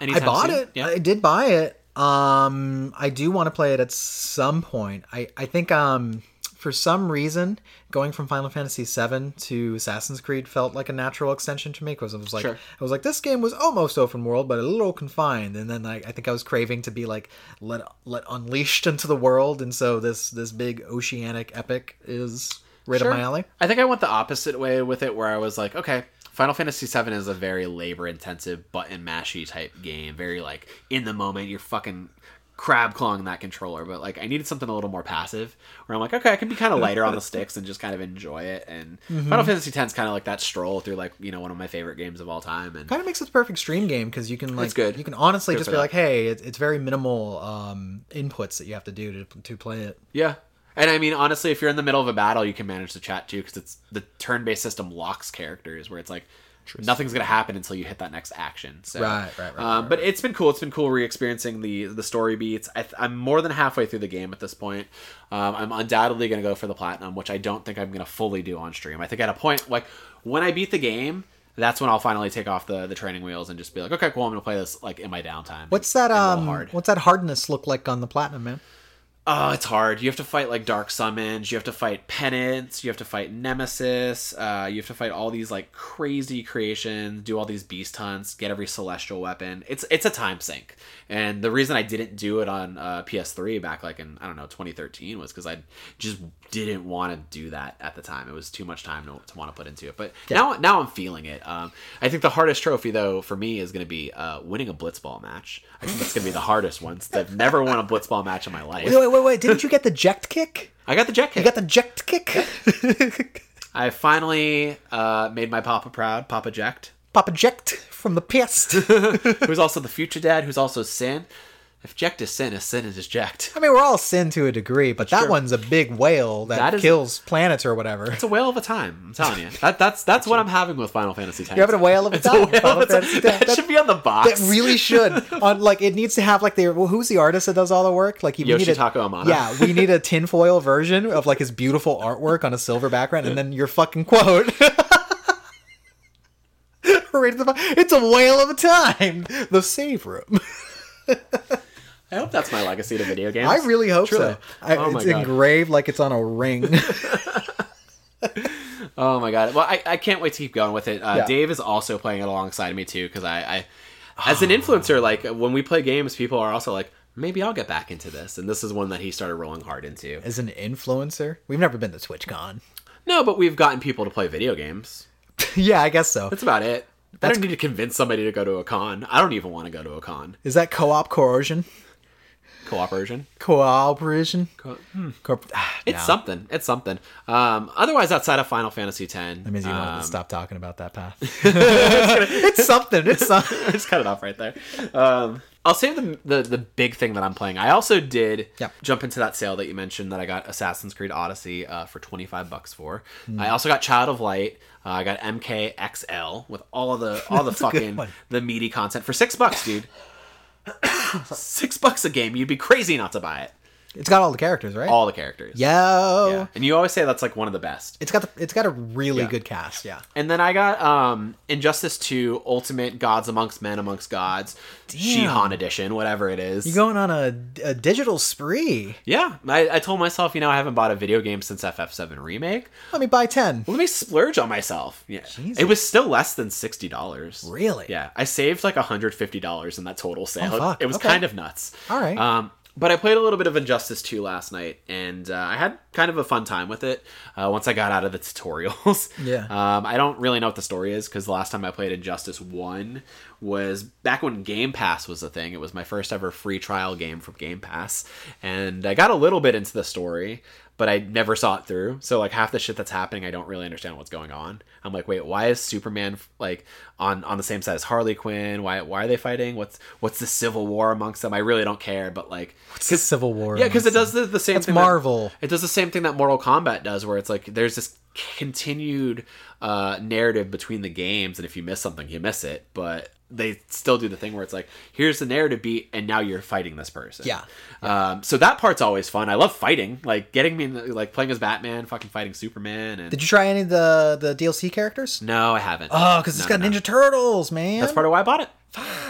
I Anytime bought soon? it. Yeah. I did buy it. Um, I do want to play it at some point. I I think um for some reason going from Final Fantasy VII to Assassin's Creed felt like a natural extension to me because I was like Sure. I was like this game was almost open world but a little confined and then I, I think I was craving to be like let let unleashed into the world and so this this big oceanic epic is right Sure. up my alley. I think I went the opposite way with it, where I was like, okay, Final Fantasy VII is a very labor-intensive, button mashy type game. Very like in the moment, you're fucking crab clawing that controller. But like, I needed something a little more passive, where I'm like, okay, I can be kind of lighter on the sticks and just kind of enjoy it. And Mm-hmm. Final Fantasy X is kind of like that stroll through like you know one of my favorite games of all time. And kind of makes it the perfect stream game because you can like good. you can honestly Good just for be that. like hey it, it's very minimal um inputs that you have to do to, to play it yeah. And I mean, honestly, if you're in the middle of a battle, you can manage the chat too, because it's the turn-based system locks characters, where it's like nothing's gonna happen until you hit that next action. So Right, right, right, Um, but it's been cool. It's been cool re-experiencing the the story beats. I th- I'm more than halfway through the game at this point. Um, I'm undoubtedly gonna go for the platinum, which I don't think I'm gonna fully do on stream. I think at a point like when I beat the game. That's when I'll finally take off the, the training wheels and just be like, okay, cool, I'm gonna play this like in my downtime. what's that and roll um what's that hardness look like on the platinum man Oh, it's hard. You have to fight like dark summons. You have to fight penance. You have to fight nemesis. Uh, you have to fight all these like crazy creations. Do all these beast hunts. Get every celestial weapon. It's it's a time sink. And the reason I didn't do it on uh, PS3 back like in I don't know 2013 was because I just didn't want to do that at the time. It was too much time to, to want to put into it. But now now I'm feeling it. Um, I think the hardest trophy though for me is going to be uh, winning a blitzball match. I think that's going to be the hardest one. since I've never won a blitzball match in my life. wait wait wait, wait didn't you get the ject kick I got the jet kick. you got the ject kick I finally uh, made my papa proud, Papa Ject, papa ject from the past who's also the future dad, who's also Sin. If Ject is Sin, is Sin is just Ject. i mean we're all sin to a degree but that Sure. one's a big whale that, That is- kills planets or whatever It's a whale of a time. I'm telling you. That, that's that's what I'm having with Final Fantasy X. you're having a whale of a It's a time whale Final of a time. Fantasy That, X. should be on the box. That really should. On like, it needs to have like the well, who's the artist that does all the work? Like, you need a, Yoshitaka Amano. Yeah, we need a tinfoil version of like his beautiful artwork on a silver background, and then your fucking quote. right at the bo- it's a whale of a time. The save room. I hope that's my legacy to video games. I really hope Truly. so. I, oh my it's god. engraved like it's on a ring. Oh my god! Well, I, I can't wait to keep going with it. Uh, Yeah. Dave is also playing it alongside me too, because I, I, as an influencer, like when we play games, people are also like, maybe I'll get back into this, and this is one that he started rolling hard into. As an influencer, we've never been to TwitchCon. No, but we've gotten people to play video games. yeah, I guess so. That's about it. I don't need to convince somebody to go to a con. I don't even want to go to a con. Is that co-op coercion? Cooperation. Cooperation? Corp- It's something. It's something. Um, otherwise, outside of Final Fantasy X, I That means you wanted um, to stop talking about that path. it's something. It's something. just cut it off right there. Um, I'll save the, the the big thing that I'm playing. I also did Yep. jump into that sale that you mentioned that I got Assassin's Creed Odyssey uh, for 25 bucks for. Hmm. I also got Child of Light. Uh, I got MKXL with all the all the fucking one. the meaty content for six bucks, dude. six bucks a game. You'd be crazy not to buy it. It's got all the characters, right? All the characters. Yo. Yeah. And you always say that's like one of the best. It's got the, it's got a really good cast. Yeah. And then I got um Injustice 2 Ultimate Gods Amongst Men Amongst Gods, Shihan Edition, whatever it is. You going on a, a digital spree? yeah, I, I told myself, you know, I haven't bought a video game since FF7 Remake. Let me buy ten. Let me splurge on myself. Yeah. Jesus. It was still less than $60. Really? Yeah. I saved like $150 in that total sale. Oh, fuck. It was Okay. kind of nuts. All right. Um, but I played a little bit of Injustice 2 last night, and uh, I had kind of a fun time with it uh, once I got out of the tutorials. Yeah. Um, I don't really know what the story is because the last time I played Injustice 1 was back when Game Pass was a thing. It was my first ever free trial game from Game Pass, and I got a little bit into the story. But I never saw it through. So like half the shit that's happening, I don't really understand what's going on. I'm like, wait, why is Superman like on on the same side as Harley Quinn? Why why are they fighting? What's what's the civil war amongst them? I really don't care. But like, It's a civil war. yeah, because it does the, the same. That's thing that- Marvel. it does the same thing that Mortal Kombat does, where it's like there's this continued uh, narrative between the games, and if you miss something, you miss it. But they still do the thing where it's like, here's the narrative beat, and now you're fighting this person. Yeah. Um, so that part's always fun. I love fighting, like getting me in the, like playing as Batman, fucking fighting Superman. And Did you try any of the the DLC characters? no, I haven't. Oh, because it's No, got no, no. Ninja Turtles, man. That's part of why I bought it.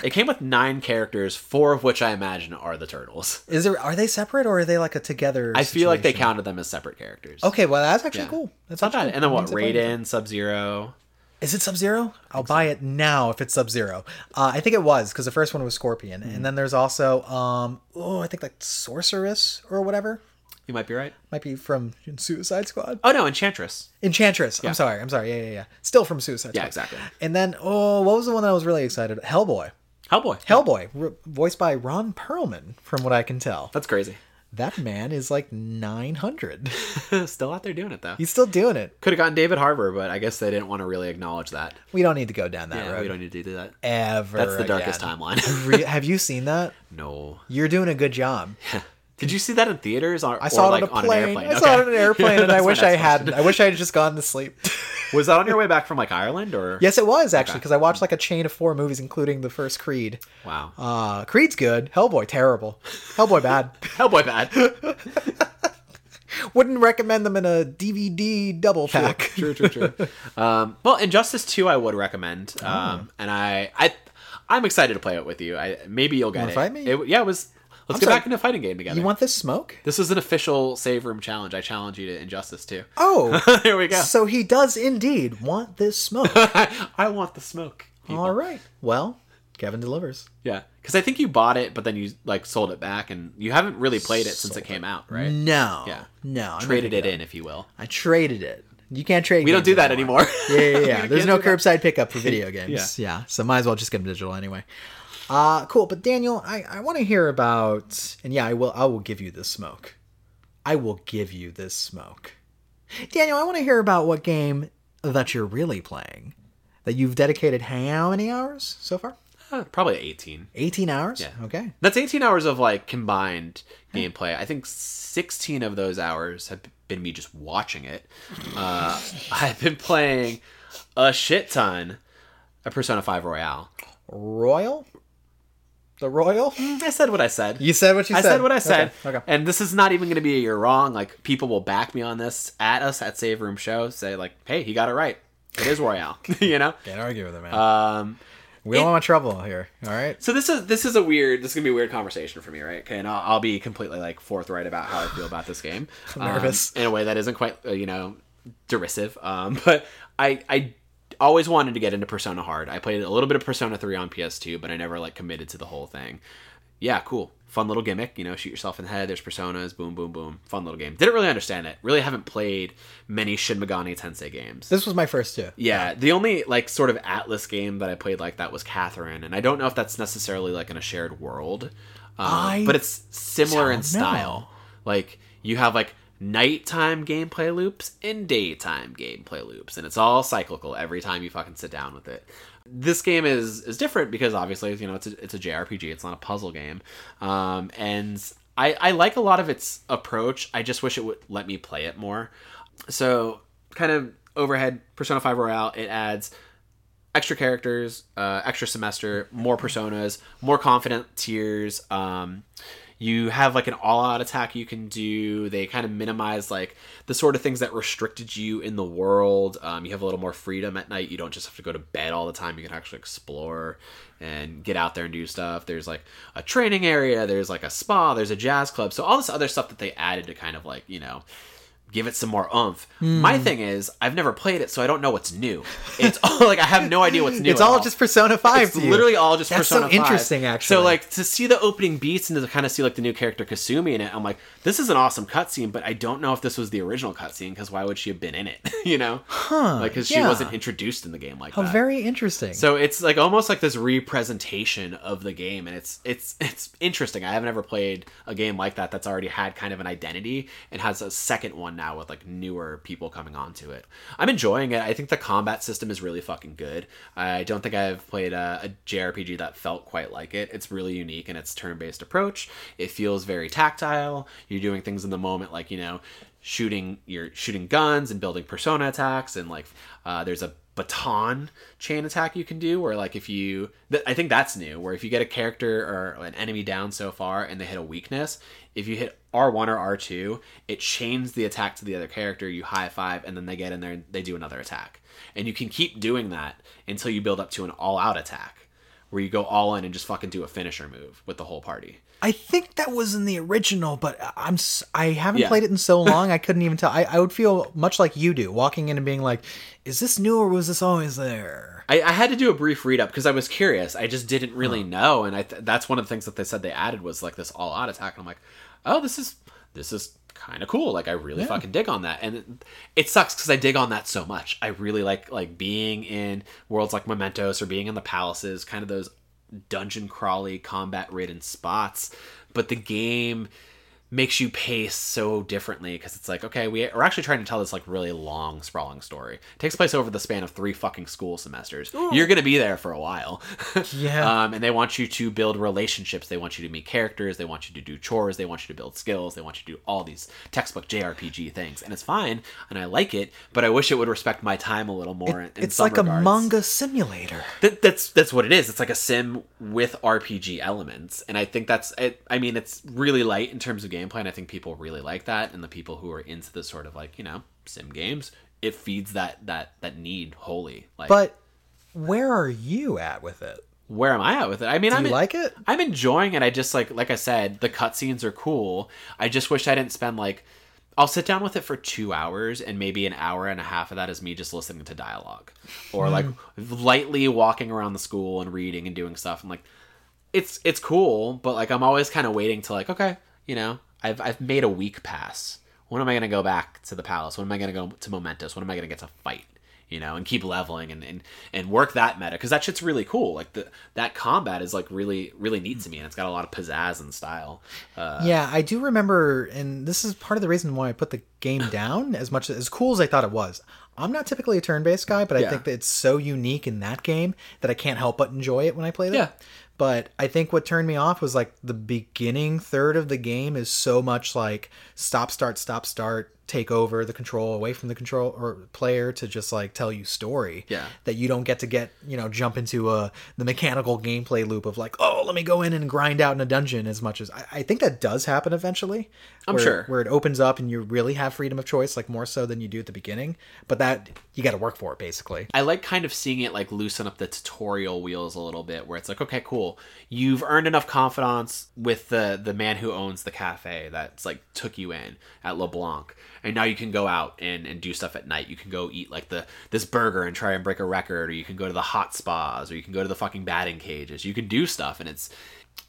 It came with nine characters, four of which I imagine are the turtles. Is there are they separate or are they like a together? I feel like they counted them as separate characters. Okay, well that's actually Yeah. cool. That's It's not bad. actually cool. And then what? Means I played it. Raiden, Sub Zero. Is it Sub Zero? I'll buy it now if it's Sub Zero. Uh, I think it was because the first one was Scorpion, Mm-hmm. and then there's also um oh I think like Sorceress or whatever You might be right. might be from Suicide Squad. Oh no, Enchantress. Enchantress. I'm sorry. I'm sorry. Yeah, yeah, yeah. Still from Suicide Squad. Yeah, exactly. And then oh what was the one that I was really excited? Hellboy. Hellboy. Hellboy, re- voiced by Ron Perlman, from what I can tell. That's crazy. That man is like 900. Still out there doing it though. He's still doing it. Could have gotten David Harbour, but I guess they didn't want to really acknowledge that. We don't need to go down that Yeah, road we don't need to do that. ever. That's the darkest again. timeline. Re- Have you seen that? no. You're doing a good job. Did you see that in theaters? Or, I saw or, like, it on an a plane. airplane? I saw Okay. it on an airplane, and I That's my wish I next hadn't. I wish I had just gone to sleep. question. Was that on your way back from like Ireland or? yes, it was actually because I watched like a chain of four movies, including the first Creed. Wow. Uh, Creed's good. Hellboy terrible. Hellboy bad. Hellboy bad. Wouldn't recommend them in a DVD double pack. true, true, true. um, well, Injustice Two, I would recommend, Oh. um, and I, I, I'm excited to play it with you. I maybe you'll get wanna it. fight me? It- Yeah, it was. Let's get sorry. back into a fighting game together. You want this smoke? this is an official save room challenge. I challenge you to Injustice Two. Oh, there we go. so he does indeed want this smoke. I want the smoke. All right. Well, Kevin delivers. Yeah, because I think you bought it, but then you like sold it back, and you haven't really played it since it came out, right? Mm, No. Yeah. No. I'm Traded it in, if you will. I traded it. You can't trade. We don't do that anymore. Yeah, yeah, yeah. There's can't no do that. curbside pickup for video games. yeah. So might as well just get them digital anyway. Uh, cool. But Daniel, I, I want to hear about, and yeah, I will, I will give you this smoke. I will give you this smoke. Daniel, I want to hear about what game that you're really playing that you've dedicated how many hours so far? Uh, Probably eighteen. 18 hours? Yeah. Okay. That's 18 hours of like combined gameplay. I think 16 of those hours have been me just watching it. Uh, I've been playing a shit ton of Persona 5 Royale. Royal? The Royal? I said what I said. You said what you I said. said what I said. Okay. okay. And this is not even going to be a year wrong. Like people will back me on this at us at Save Room Show. Say like, hey, he got it right. It is Royale. you know. Can't argue with him, man. Um, Uh, we don't want trouble here. All right. So this is this is a weird this is gonna be a weird conversation for me, right? Okay, and I'll, I'll be completely like forthright about how I feel about this game. I'm nervous. um, in a way that isn't quite uh, you know derisive. Um, but I I always wanted to get into Persona Hard. I played a little bit of Persona Three on PS2, but I never like committed to the whole thing. Yeah, cool, fun little gimmick. You know, shoot yourself in the head. There's personas. Boom, boom, boom. Fun little game. Didn't really understand it. Really haven't played many Shin Megami Tensei games. This was my first two. Yeah, the only like sort of Atlas game that I played like that was Catherine, and I don't know if that's necessarily like in a shared world, I um, but it's similar in don't style. know. Like you have like nighttime gameplay loops and daytime gameplay loops, and it's all cyclical every time you fucking sit down with it. This game is is different because obviously you know it's a, it's a JRPG, it's not a puzzle game, um, and I I like a lot of its approach. I just wish it would let me play it more so kind of overhead persona 5 royale it adds extra characters uh, extra semester more personas more confident tiers um, You have like an all out attack you can do. They kind of minimize like the sort of things that restricted you in the world. Um, you have a little more freedom at night. You don't just have to go to bed all the time. You can actually explore and get out there and do stuff. There's like a training area. There's like a spa. There's a jazz club. So all this other stuff that they added to kind of like, you know, give it some more oomph. My Hmm. thing is, I've never played it, so I don't know what's new. It's all like I have no idea what's new. It's at all just Persona Five. it's to you. literally all just That's so Persona 5. interesting, actually. So like to see the opening beats and to kind of see like the new character Kasumi in it, I'm like, this is an awesome cutscene, but I don't know if this was the original cutscene because why would she have been in it? you know, huh? Like because she yeah. wasn't introduced in the game like oh, that. very interesting. So it's like almost like this representation of the game, and it's it's it's interesting. I haven't ever played a game like that that's already had kind of an identity and has a second one now with like newer people coming onto it. I'm enjoying it. I think the combat system is really fucking good. I don't think I've played a, a JRPG that felt quite like it. It's really unique in its turn-based approach. It feels very tactile. You're doing things in the moment, like you know shooting you're shooting guns and building persona attacks and like uh, there's a baton chain attack you can do where like if you th- i think that's new where if you get a character or an enemy down so far and they hit a weakness if you hit r1 or r2 it chains the attack to the other character you high five and then they get in there and they do another attack and you can keep doing that until you build up to an all out attack where you go all in and just fucking do a finisher move with the whole party I think that was in the original, but I'm s- I haven't Yeah. played it in so long. I couldn't even tell. I, I would feel much like you do, walking in and being like, "Is this new or was this always there?" I, I had to do a brief read up because I was curious. I just didn't really know, and I th- that's one of the things that they said they added was like this all out attack, and I'm like, oh, this is this is kind of cool. Like I really fucking dig on that, and it, it sucks because I dig on that so much. I really like like being in worlds like Mementos or being in the palaces, kind of those dungeon crawly combat ridden spots, but the game makes you pace so differently because it's like okay we are actually trying to tell this like really long sprawling story it takes place over the span of three fucking school semesters you're gonna be there for a while Yeah. um, and they want you to build relationships they want you to meet characters they want you to do chores they want you to build skills they want you to do all these textbook jrpg things and it's fine and i like it but i wish it would respect my time a little more in- in it's some like a regards. manga simulator. That, that's that's what it is. It's like a sim with RPG elements, and I think that's. It, I mean, it's really light in terms of gameplay, and I think people really like that. And the people who are into this sort of like you know sim games, it feeds that that that need wholly. Like, But where are you at with it? where am I at with it? I mean, Do I'm you en- like it? I'm enjoying it. I just like like I said, the cutscenes are cool. I just wish I didn't spend like. I'll sit down with it for two hours, and maybe an hour and a half of that is me just listening to dialogue, or like Hmm. lightly walking around the school and reading and doing stuff. And like, it's it's cool, but like I'm always kind of waiting to like, okay, you know, I've I've made a week pass. When am I gonna go back to the palace? When am I gonna go to Momentous? When am I gonna get to fight? You know, and keep leveling and and, and work that meta because that shit's really cool. Like the that combat is like really really neat to me, and it's got a lot of pizzazz and style. Uh, yeah, I do remember, and this is part of the reason why I put the game down as much as cool as I thought it was. I'm not typically a turn-based guy, but I Yeah. think that it's so unique in that game that I can't help but enjoy it when I play it. Yeah. But I think what turned me off was like the beginning third of the game is so much like stop, start, stop, start, take over the control away from the control or player to just like tell you story Yeah. that you don't get to get you know jump into a the mechanical gameplay loop of like oh let me go in and grind out in a dungeon as much as I, I think that does happen eventually. I'm where, sure. where it opens up and you really have freedom of choice like more so than you do at the beginning, but that you got to work for it basically. I like kind of seeing it like loosen up the tutorial wheels a little bit, where it's like, okay, cool, you've earned enough confidence with the the man who owns the cafe that's like took you in at LeBlanc, and now you can go out and and do stuff at night. You can go eat like the this burger and try and break a record, or you can go to the hot spas, or you can go to the fucking batting cages. You can do stuff, and it's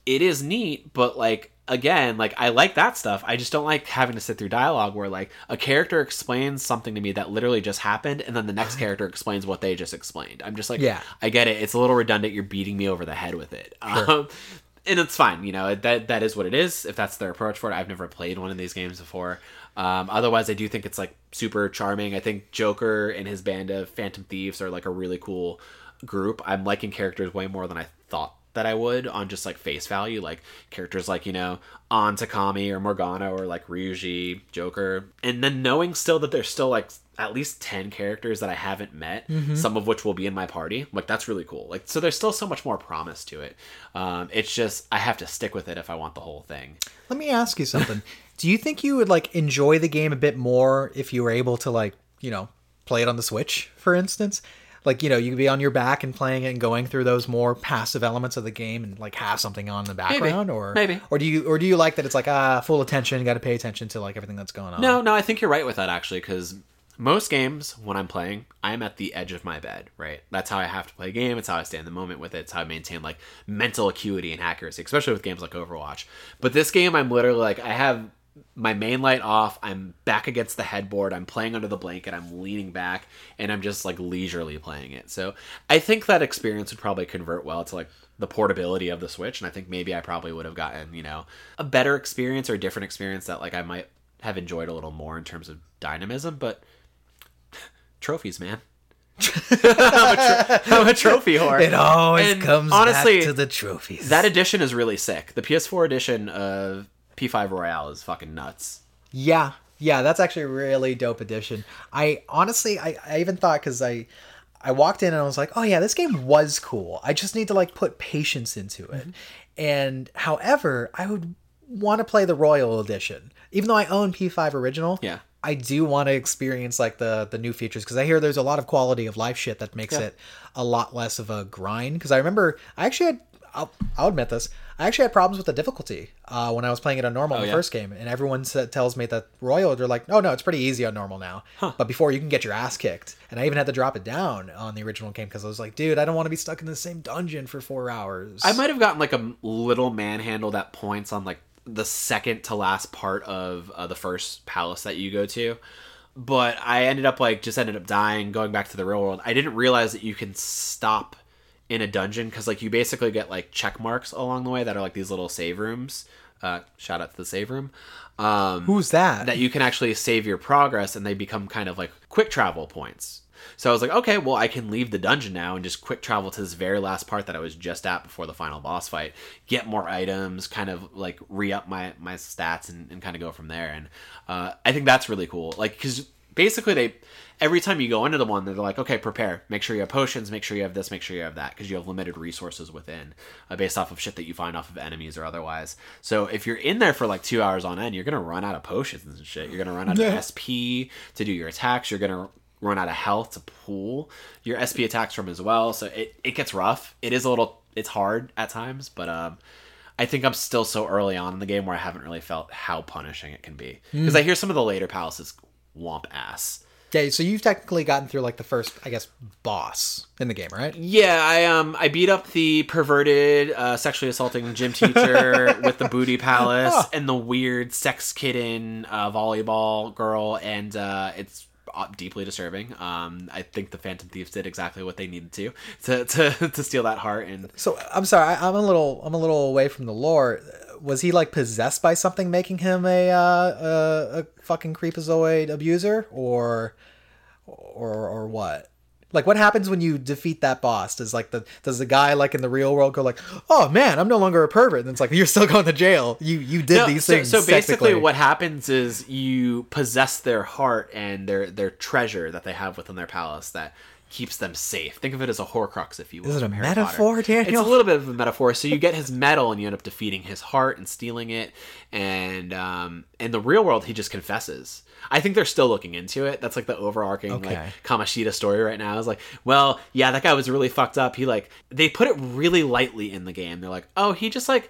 it is neat, but like again, like I like that stuff. I just don't like having to sit through dialogue where like a character explains something to me that literally just happened and then the next character explains what they just explained. I'm just like, Yeah. I get it. It's a little redundant. You're beating me over the head with it. Um, and it's fine, you know. That that is what it is. If that's their approach for it, I've never played one of these games before. Um, otherwise, I do think it's like super charming. I think Joker and his band of Phantom Thieves are like a really cool group. I'm liking characters way more than I thought that I would on just like face value, like characters like, you know, on Takami or Morgana or like Ryuji, Joker. And then knowing still that there's still like at least 10 characters that I haven't met, some of which will be in my party. Like that's really cool. Like so there's still so much more promise to it. Um it's just I have to stick with it if I want the whole thing. Let me ask you something. Do you think you would like enjoy the game a bit more if you were able to like, you know, play it on the Switch, for instance? Like, you know, you could be on your back and playing it and going through those more passive elements of the game and like have something on in the background or Maybe. or do you or do you like that it's like ah full attention, got to pay attention to like everything that's going on? No, no, I think you're right with that actually, because most games when I'm playing, I'm at the edge of my bed, right? That's how I have to play a game. It's how I stay in the moment with it. It's how I maintain like mental acuity and accuracy, especially with games like Overwatch. But this game, I'm literally like, I have my main light off. I'm back against the headboard. I'm playing under the blanket. I'm leaning back, and I'm just like leisurely playing it. So I think that experience would probably convert well to like the portability of the Switch, and I think maybe I probably would have gotten you know a better experience or a different experience that like I might have enjoyed a little more in terms of dynamism, but trophies, man. I'm, a tro- I'm a trophy whore. It always And comes honestly, back to the trophies. That edition is really sick. The PS4 edition of P5 Royale is fucking nuts. Yeah, yeah, that's actually a really dope addition. I honestly, I, I even thought because I, I walked in and I was like, oh yeah, this game was cool. I just need to like put patience into it. And however, I would want to play the Royal Edition, even though I own P5 Original. Yeah. I do want to experience like the the new features because I hear there's a lot of quality of life shit that makes Yeah. it a lot less of a grind. Because I remember I actually had I'll, I'll admit this I actually had problems with the difficulty uh, when I was playing it on normal the Oh, yeah? first game, and everyone sa- tells me that Royal they're like, oh no, it's pretty easy on normal now, but before you can get your ass kicked. And I even had to drop it down on the original game because I was like, dude, I don't want to be stuck in the same dungeon for four hours. I might have gotten like a little manhandle that points on like the second to last part of uh, the first palace that you go to. But I ended up like just ended up dying, going back to the real world. I didn't realize that you can stop in a dungeon because like you basically get like check marks along the way that are like these little save rooms. Uh, shout out to the save room. Um, Who's that? that you can actually save your progress and they become kind of like quick travel points. So I was like, okay, well, I can leave the dungeon now and just quick travel to this very last part that I was just at before the final boss fight, get more items, kind of like re up my, my stats and, and kind of go from there. And uh, I think that's really cool. Like, because basically, they every time you go into the one, they're like, okay, prepare, make sure you have potions, make sure you have this, make sure you have that, because you have limited resources within uh, based off of shit that you find off of enemies or otherwise. So if you're in there for like two hours on end, you're gonna run out of potions and shit. You're gonna run out Yeah. of SP to do your attacks. You're gonna run out of health to pull your SP attacks from as well. So it, it gets rough. It is a little, it's hard at times, but um, I think I'm still so early on in the game where I haven't really felt how punishing it can be. Because I hear some of the later palaces womp ass. yeah, so you've technically gotten through like the first, I guess, boss in the game, right? Yeah, I um I beat up the perverted, uh, sexually assaulting gym teacher with the booty palace and the weird sex kitten uh, volleyball girl, and uh, it's uh, deeply disturbing. Um, I think the Phantom Thieves did exactly what they needed to to to, to steal that heart and So I'm sorry, I, I'm a little, I'm a little away from the lore. Was he like possessed by something, making him a uh, a, a fucking creepazoid abuser, or or or what? Like, what happens when you defeat that boss? Does like the does the guy like in the real world go like, oh man, I'm no longer a pervert? And it's like you're still going to jail. You you did No, these so- things. So, basically, technically. what happens is you possess their heart and their their treasure that they have within their palace that keeps them safe. Think of it as a Horcrux, if you will. Is it a from Harry Potter. metaphor, Daniel? It's a little bit of a metaphor. So you get his medal, and you end up defeating his heart and stealing it. And um, in the real world, he just confesses. I think they're still looking into it. That's like the overarching Okay. like Kamashita story right now is like, well, yeah, that guy was really fucked up. He like they put it really lightly in the game. They're like, oh, he just like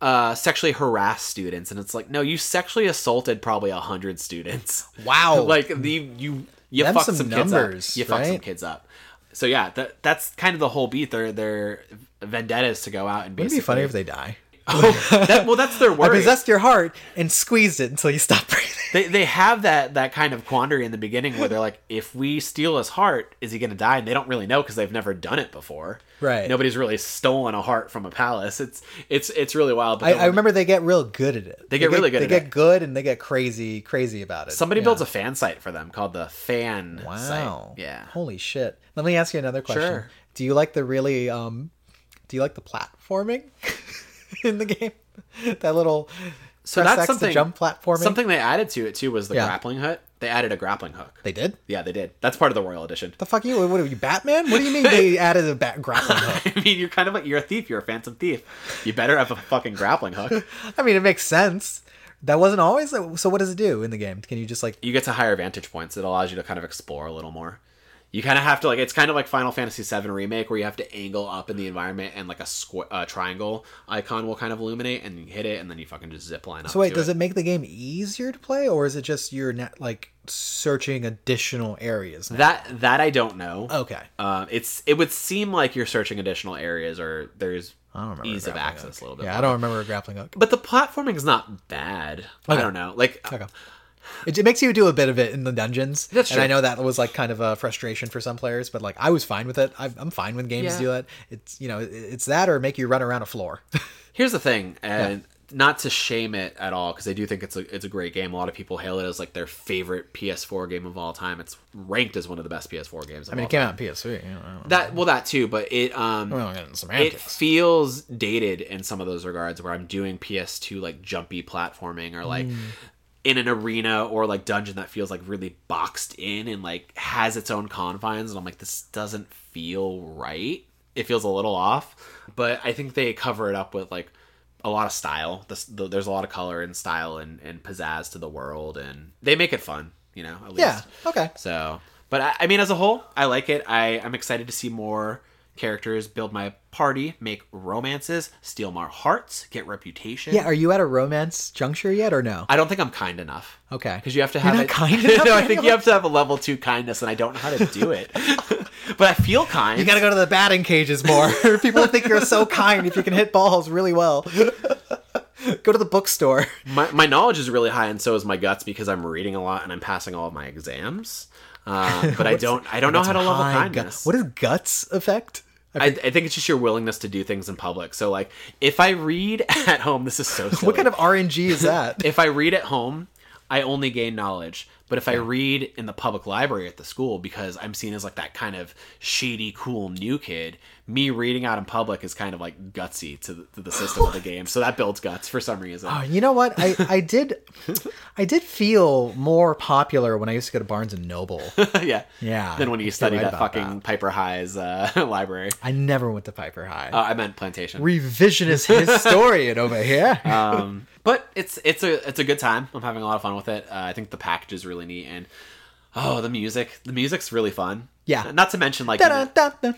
uh sexually harassed students, and it's like, no, you sexually assaulted probably a hundred students. Wow. like the you Oh. you Them fucked some some, numbers, kids up. You fucked some right? kids up. So yeah, that that's kind of the whole beat. Their their vendetta is to go out and It'd basically. be funny if they die. oh, that, well, that's their I worry. possessed your heart and squeezed it until you stopped breathing. they they have that that kind of quandary in the beginning where they're like, if we steal his heart, is he going to die? And they don't really know because they've never done it before. Right. Nobody's really stolen a heart from a palace. It's it's it's really wild. But I, then I remember they get real good at it. They get really good They at get it. good and they get crazy, crazy about it. somebody Yeah. builds a fan site for them called the Fan wow. Site. Yeah. Holy shit. Let me ask you another question. Sure. Do you like the really um, Do you like the platforming in the game? That little So press that's X to something jump platforming. Something they added to it too was the Yeah. grappling hook. They added a grappling hook. they did. yeah, they did. That's part of the Royal Edition. The fuck you? What are you, Batman? What do you mean they added a bat- grappling hook? I mean, you're kind of like you're a thief. You're a phantom thief. You better have a fucking grappling hook. I mean, it makes sense. That wasn't always. So what does it do in the game? Can you just like? You get to higher vantage points. It allows you to kind of explore a little more. You kind of have to like it's kind of like Final Fantasy VII remake where you have to angle up in the environment and like a squ- uh, triangle icon will kind of illuminate and you hit it and then you fucking just zip line up. So wait, to does it make the game easier to play, or is it just you're not like searching additional areas? now? that that I don't know. Okay. Um, it's it would seem like you're searching additional areas or there's I don't remember. ease a of grappling access hook. a little bit. Yeah, more. I don't remember a grappling hook. But the platforming's not bad. I Okay. don't know. Like Okay. It, it makes you do a bit of it in the dungeons. That's And true. I know that was like kind of a frustration for some players, but like I was fine with it. I, I'm fine when games Yeah. do that. It's you know it- it's that or make you run around a floor. here's the thing, and not to shame it at all because I do think it's a it's a great game. A lot of people hail it as like their favorite PS4 game of all time. It's ranked as one of the best PS4 games. Of I mean, all it came out on PS3. You know, I don't know. time. that well that too, but it um We're not getting it semantics. feels dated in some of those regards where I'm doing PS2 like jumpy platforming or like Mm. in an arena or like dungeon that feels like really boxed in and like has its own confines and I'm like this doesn't feel right. It feels a little off, but I think they cover it up with like a lot of style. This, the, there's a lot of color and style and, and pizzazz to the world and they make it fun, you know, at least. yeah. Okay. So, but I, I mean, as a whole, I like it. I, I'm excited to see more characters build my party, make romances, steal more hearts, get reputation. Yeah. Are you at a romance juncture yet, or no? I don't think I'm kind enough. Okay. Because you have to You're have not a- kind enough, no, I think you Daniel? have to have a level two kindness, and I don't know how to do it. but I feel kind. You gotta go to the batting cages more. People think you're so kind if you can hit balls really well. go to the bookstore. my, my knowledge is really high, and so is my guts because I'm reading a lot and I'm passing all of my exams. Uh, but I don't. I don't know how to level High gut- kindness. What is guts effect? I, I think it's just your willingness to do things in public. So like, if I read at home, this is so. Silly. What kind of RNG is that? If I read at home, I only gain knowledge. But if I read in the public library at the school, because I'm seen as like that kind of shady, cool new kid, me reading out in public is kind of like gutsy to the, to the system of the game. So that builds guts for some reason. Oh, you know what? I, I did I did feel more popular when I used to go to Barnes and Noble. yeah. Oh, Yeah, Then when you you're studied right at about fucking Piper High's uh, library, I never went to Piper High. uh, I meant plantation. Revisionist historian over here. um, but it's it's a it's a good time. I'm having a lot of fun with it. Uh, I think the package is really neat, and oh, the music the music's really fun. Yeah. not to mention like you know- it's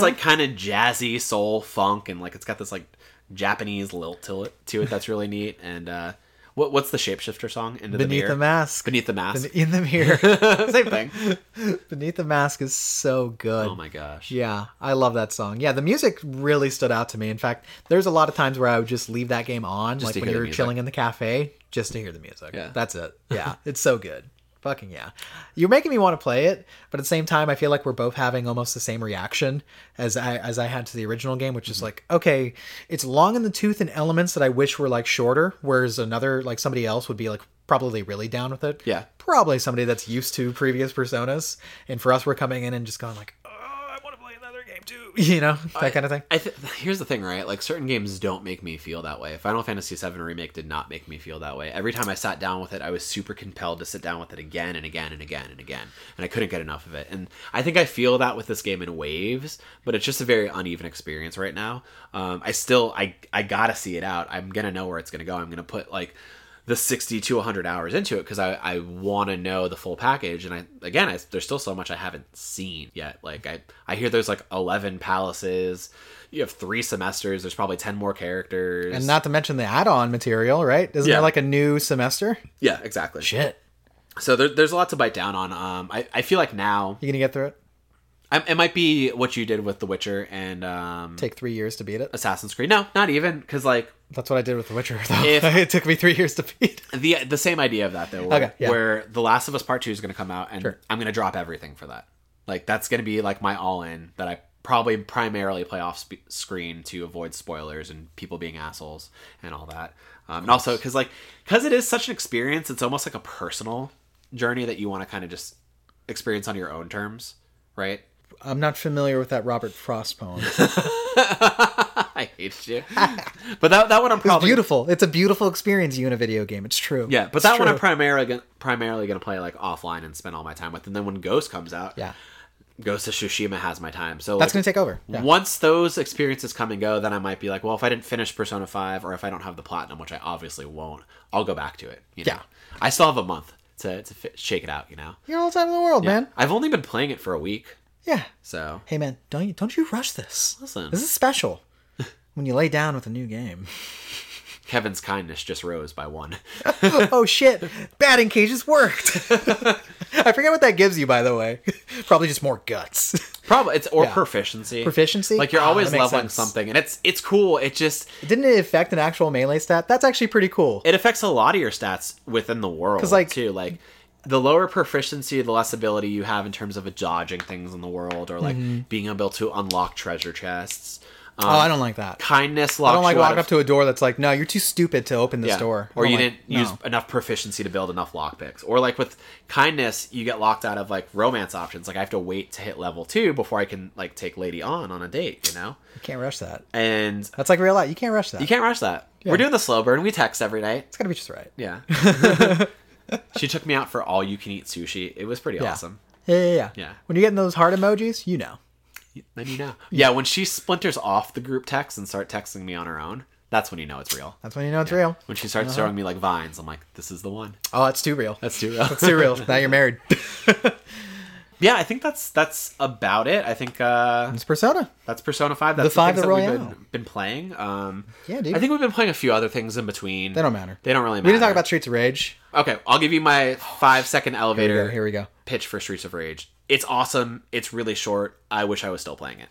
it's like kind of jazzy soul funk, and like it's got this like Japanese lilt to it to it that's really neat. And uh, what what's the shapeshifter song? Into the beneath mirror. the mask. Beneath the mask. in the mirror. Same thing. Beneath the Mask is so good. Oh my gosh. yeah, I love that song. Yeah, the music really stood out to me. In fact, there's a lot of times where I would just leave that game on, to like when hear the you're music. chilling in the cafe, just to hear the music. Yeah. That's it. Yeah, it's so good. Fucking yeah. You're making me want to play it, but at the same time I feel like we're both having almost the same reaction as I as I had to the original game, which is Mm-hmm. like, okay, it's long in the tooth and elements that I wish were like shorter, whereas another like somebody else would be like probably really down with it Yeah. probably somebody that's used to previous personas and for us we're coming in and just going like oh i want to play another game too you know that kind of thing I th- here's the thing, right? Like certain games don't make me feel that way. Final Fantasy VII Remake did not make me feel that way. Every time I sat down with it, I was super compelled to sit down with it again and again and again and again, and I couldn't get enough of it. And I think I feel that with this game in waves, but it's just a very uneven experience right now. Um, I still, I, I gotta see it out. I'm gonna know where it's gonna go. I'm gonna put like the 60 to 100 hours into it because I, I want to know the full package and I again I, there's still so much I haven't seen yet like I I hear there's like 11 palaces you have three semesters there's probably 10 more characters and not to mention the add-on material right isn't Yeah. there like a new semester yeah exactly shit so there, there's a lot to bite down on um I, I feel like now you gonna get through it I, it might be what you did with The Witcher and um take three years to beat it Assassin's Creed no not even because like that's what i did with the witcher though If- it took me three years to beat the the same idea of that though where, Okay, yeah. where the last of us part two is going to come out and i'm going to drop everything for that like that's going to be like my all in that i probably primarily play off sp- screen to avoid spoilers and people being assholes and all that um, and also because like because it is such an experience it's almost like a personal journey that you want to kind of just experience on your own terms right I'm not familiar with that Robert Frost poem. I hate you. but that that one I'm It's probably beautiful. It's a beautiful experience. You in a video game. It's true. yeah. But It's that one I'm true. primarily gonna, primarily gonna play like offline and spend all my time with. And then when Ghost comes out, yeah, Ghost of Tsushima has my time. So that's like, gonna take over. Yeah. Once those experiences come and go, then I might be like, well, if I didn't finish Persona 5 or if I don't have the platinum, which I obviously won't, I'll go back to it. you know? Yeah. I still have a month to, to fi- shake it out, you know? You're all the time in the world, man. I've only been playing it for a week, Yeah. so. Hey, man, don't you don't you rush this. Listen. this is special. when you lay down with a new game. Kevin's kindness just rose by one. oh shit! Batting cages worked. I forget what that gives you, by the way. Probably just more guts. Probably it's or Yeah. proficiency. Proficiency? Like you're Ah, that always makes leveling sense. something and it's it's cool. It just Didn't it affect an actual melee stat? That's actually pretty cool. it affects a lot of your stats within the world 'Cause, like- too like the lower proficiency the less ability you have in terms of dodging things in the world or like being able to unlock treasure chests um, Mm-hmm. oh, I don't like that. kindness I locks don't like you out walking of- up to a door that's like, no, you're too stupid to open this yeah. door. or I'm you like, didn't use "No." enough proficiency to build enough lockpicks or like with kindness you get locked out of like romance options like i have to wait to hit level two before i can like take lady on on a date you know You can't rush that. and That's like real life. You can't rush that. you can't rush that we're doing the slow burn we text every night It's gotta be just right. Yeah. she took me out for all you can eat sushi. It was pretty Yeah. awesome. Yeah, yeah, yeah. Yeah. When you're getting those heart emojis, you know. Then you know. Yeah, when she splinters off the group text and start texting me on her own, that's when you know it's real. That's when you know it's real. When she Uh-huh. starts showing me like vines, I'm like, this is the one. Oh, it's too real. That's too real. It's too real. now you're married. yeah, I think that's that's about it. I think uh It's Persona. that's Persona Five. That's The five things that we've roll been, been playing. Um Yeah, dude. I think we've been playing a few other things in between. They don't matter. They don't really matter. We didn't talk about Streets of Rage. Okay, I'll give you my five second elevator Here we go. Here we go. pitch for Streets of Rage. It's awesome. It's really short. I wish I was still playing it.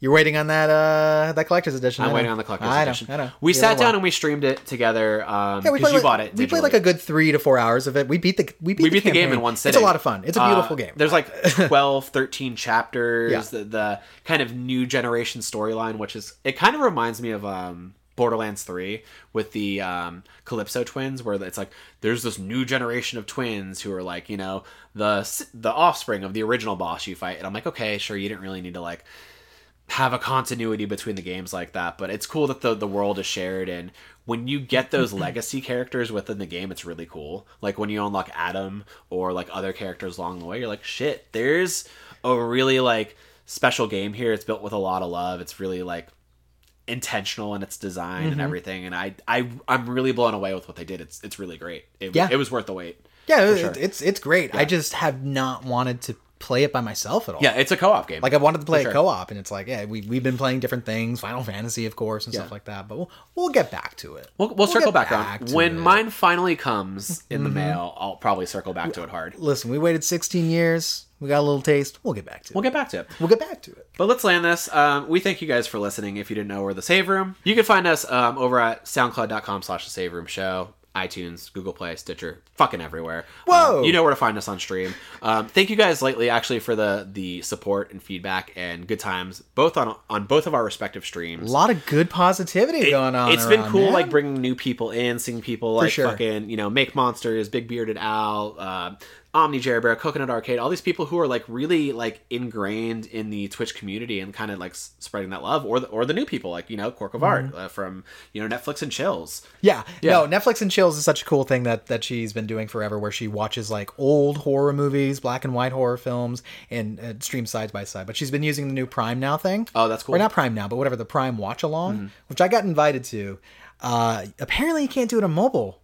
You're waiting on that uh that collector's edition. I I'm know. waiting on the collector's I know, edition. I know. We Give it a while. sat down and we streamed it together because Yeah, we played you like, bought it. We played digitally. like a good three to four hours of it. We beat the we beat, we beat the game in campaign. one sitting. It's a lot of fun. It's a beautiful Uh, game. There's like 12, 13 chapters. Yeah. The, the kind of new generation storyline, which is it kind of reminds me of um, Borderlands Three with the um, Calypso twins, where it's like there's this new generation of twins who are like you know the s- the offspring of the original boss you fight, and I'm like okay, sure, you didn't really need to like have a continuity between the games like that but it's cool that the, the world is shared and when you get those legacy characters within the game it's really cool like when you unlock adam or like other characters along the way you're like shit there's a really like special game here it's built with a lot of love it's really like intentional in its design and everything and I, I i'm really blown away with what they did it's it's really great it, Yeah. it was worth the wait yeah, it- sure. it's it's great. I just have not wanted to play it by myself at all. yeah it's a co-op game Like I wanted to play sure. a co-op, and it's like, yeah, we we've been playing different things, Final Fantasy, of course, and stuff Yeah. like that. But we'll we'll get back to it. we'll, we'll, circle get back, Mm-hmm. back on to when it. mine finally comes in the mail i'll probably circle back to it hard Listen, we waited 16 years. We got a little taste. We'll get back to it. We'll get back to it. We'll get back to it. But let's land this. Um, we thank you guys for listening. If you didn't know, we're the Save Room. You can find us um, over at soundcloud.com slash the Save Room Show, iTunes, Google Play, Stitcher, fucking everywhere. Whoa! Um, you know where to find us on stream. Um, thank you guys lately, actually, for the the support and feedback and good times, both on on both of our respective A streams. lot of good positivity going on. It's been around, cool, man. like bringing new people in, seeing people like sure. fucking, you know, Make Monsters, Big Bearded Owl, uh, Omni Jerry Bear, Coconut Arcade, all these people who are like really like ingrained in the Twitch community and kind of like s- spreading that love, or the, or the new people like you know Cork of Mm-hmm. Art uh, from you know Netflix and Chills. Yeah. Yeah. No, Netflix and Chills is such a cool thing that that she's been doing forever where she watches like old horror movies, black and white horror films and uh, streams side by side. But she's been using the new Prime Now thing. Oh, that's cool. Mm-hmm. Or not Prime Now, but whatever the Prime Watch Along, which I got invited to. Uh apparently you can't do it on mobile.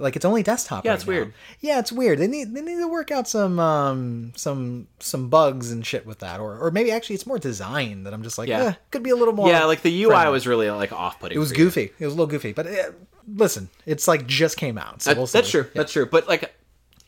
Like it's only desktop. Yeah, it's weird. Yeah, it's weird. They need they need to work out some um some some bugs and shit with that, or or maybe actually it's more design that I'm just like Yeah. yeah could be a little more yeah, like the UI friendly. was really like off putting. It was goofy. It was a little goofy, but eh, listen, it's like just came out. So we'll see. that's true. That's true. But like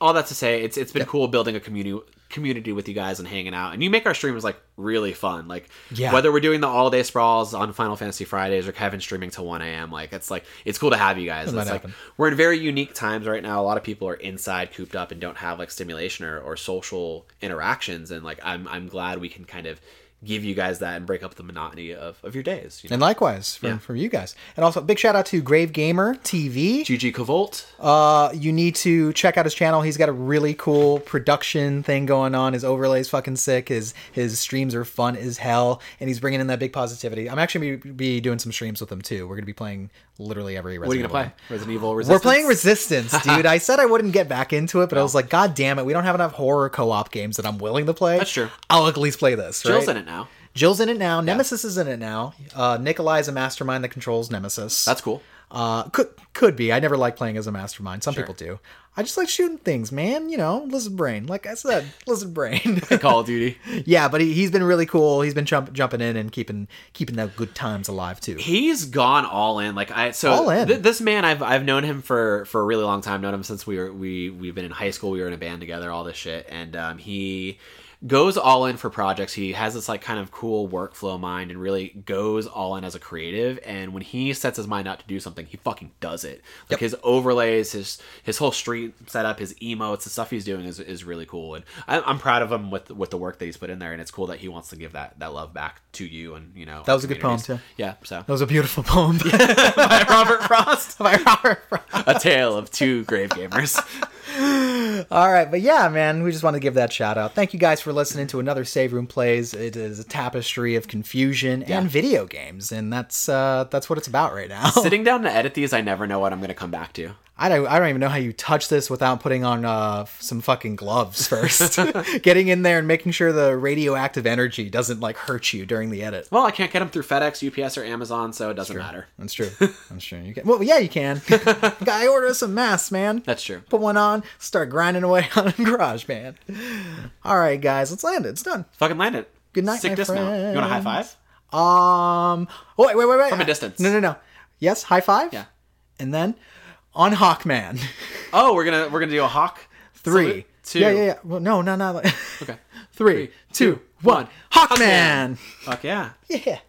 all that to say, it's it's been cool building a community community with you guys and hanging out. And you make our streams like really fun. Like Yeah. whether we're doing the all day sprawls on Final Fantasy Fridays or Kevin streaming till one AM, like it's like it's cool to have you guys. It's might like happen. we're in very unique times right now. A lot of people are inside cooped up and don't have like stimulation or, or social interactions and like I'm I'm glad we can kind of give you guys that and break up the monotony of, of your days. You know? And likewise from, Yeah. from you guys. And also, big shout out to Grave Gamer TV. GG Cavolt. Uh, you need to check out his channel. He's got a really cool production thing going on. His overlay's fucking sick. His his streams are fun as hell, and he's bringing in that big positivity. I'm actually gonna be, be doing some streams with him too. We're gonna be playing literally every. Resident what are you going to Evil. play? Resident Evil We're Resistance? playing Resistance, dude. I said I wouldn't get back into it, but I was like, God damn it, we don't have enough horror co-op games that I'm willing to play. That's true. I'll at least play this. Jill's right? in it now. Jill's in it now. Nemesis is in it now. Uh, Nikolai's a mastermind that controls Nemesis. That's cool. Uh, could could be. I never like playing as a mastermind. Some people do. I just like shooting things, man. You know, lizard brain. Like I said, lizard brain. Call of Duty. yeah, but he, he's been really cool. He's been jump, jumping in and keeping keeping the good times alive too. He's gone all in. Like I so All in. th- this man I've I've known him for for a really long time. Known him since we were we we've been in high school. We were in a band together. All this shit, and um, he goes all in for projects. He has this like kind of cool workflow mind, and really goes all in as a creative. And when he sets his mind out to do something, he fucking does it. Like his overlays, his his whole street setup, his emotes, the stuff he's doing is is really cool. And I, I'm proud of him with with the work that he's put in there. And it's cool that he wants to give that that love back to you. And you know That was a good poem, communities. Yeah. So That was a beautiful poem by Robert Frost. by Robert Frost. A tale of two grave gamers. All right, but yeah, man, we just want to give that shout out. Thank you guys for listening to another Save Room Plays. It is a tapestry of confusion and video games, and that's uh, that's what it's about right now. Sitting down to edit these, I never know what I'm going to come back to. I don't, I don't even know how you touch this without putting on uh, some fucking gloves first. Getting in there and making sure the radioactive energy doesn't like hurt you during the edit. Well, I can't get them through FedEx, UPS, or Amazon, so it doesn't matter. That's true. That's true. You can. Well, yeah, you can. I order some masks, man. That's true. Put one on, start grinding away on garage, man. All right, guys, let's land it. It's done. Fucking land it. Good night, Sick my dismount. You want a high five? Um. oh, Wait, wait, wait, wait. From a distance. No, no, no. Yes, high five. Yeah. And then on Hawkman. Oh, we're gonna we're gonna do a hawk. Three. Salute. Two. Yeah, yeah, yeah. Well, no, no, no. Okay. Three, two, one. one. Hawkman. Fuck yeah. Yeah.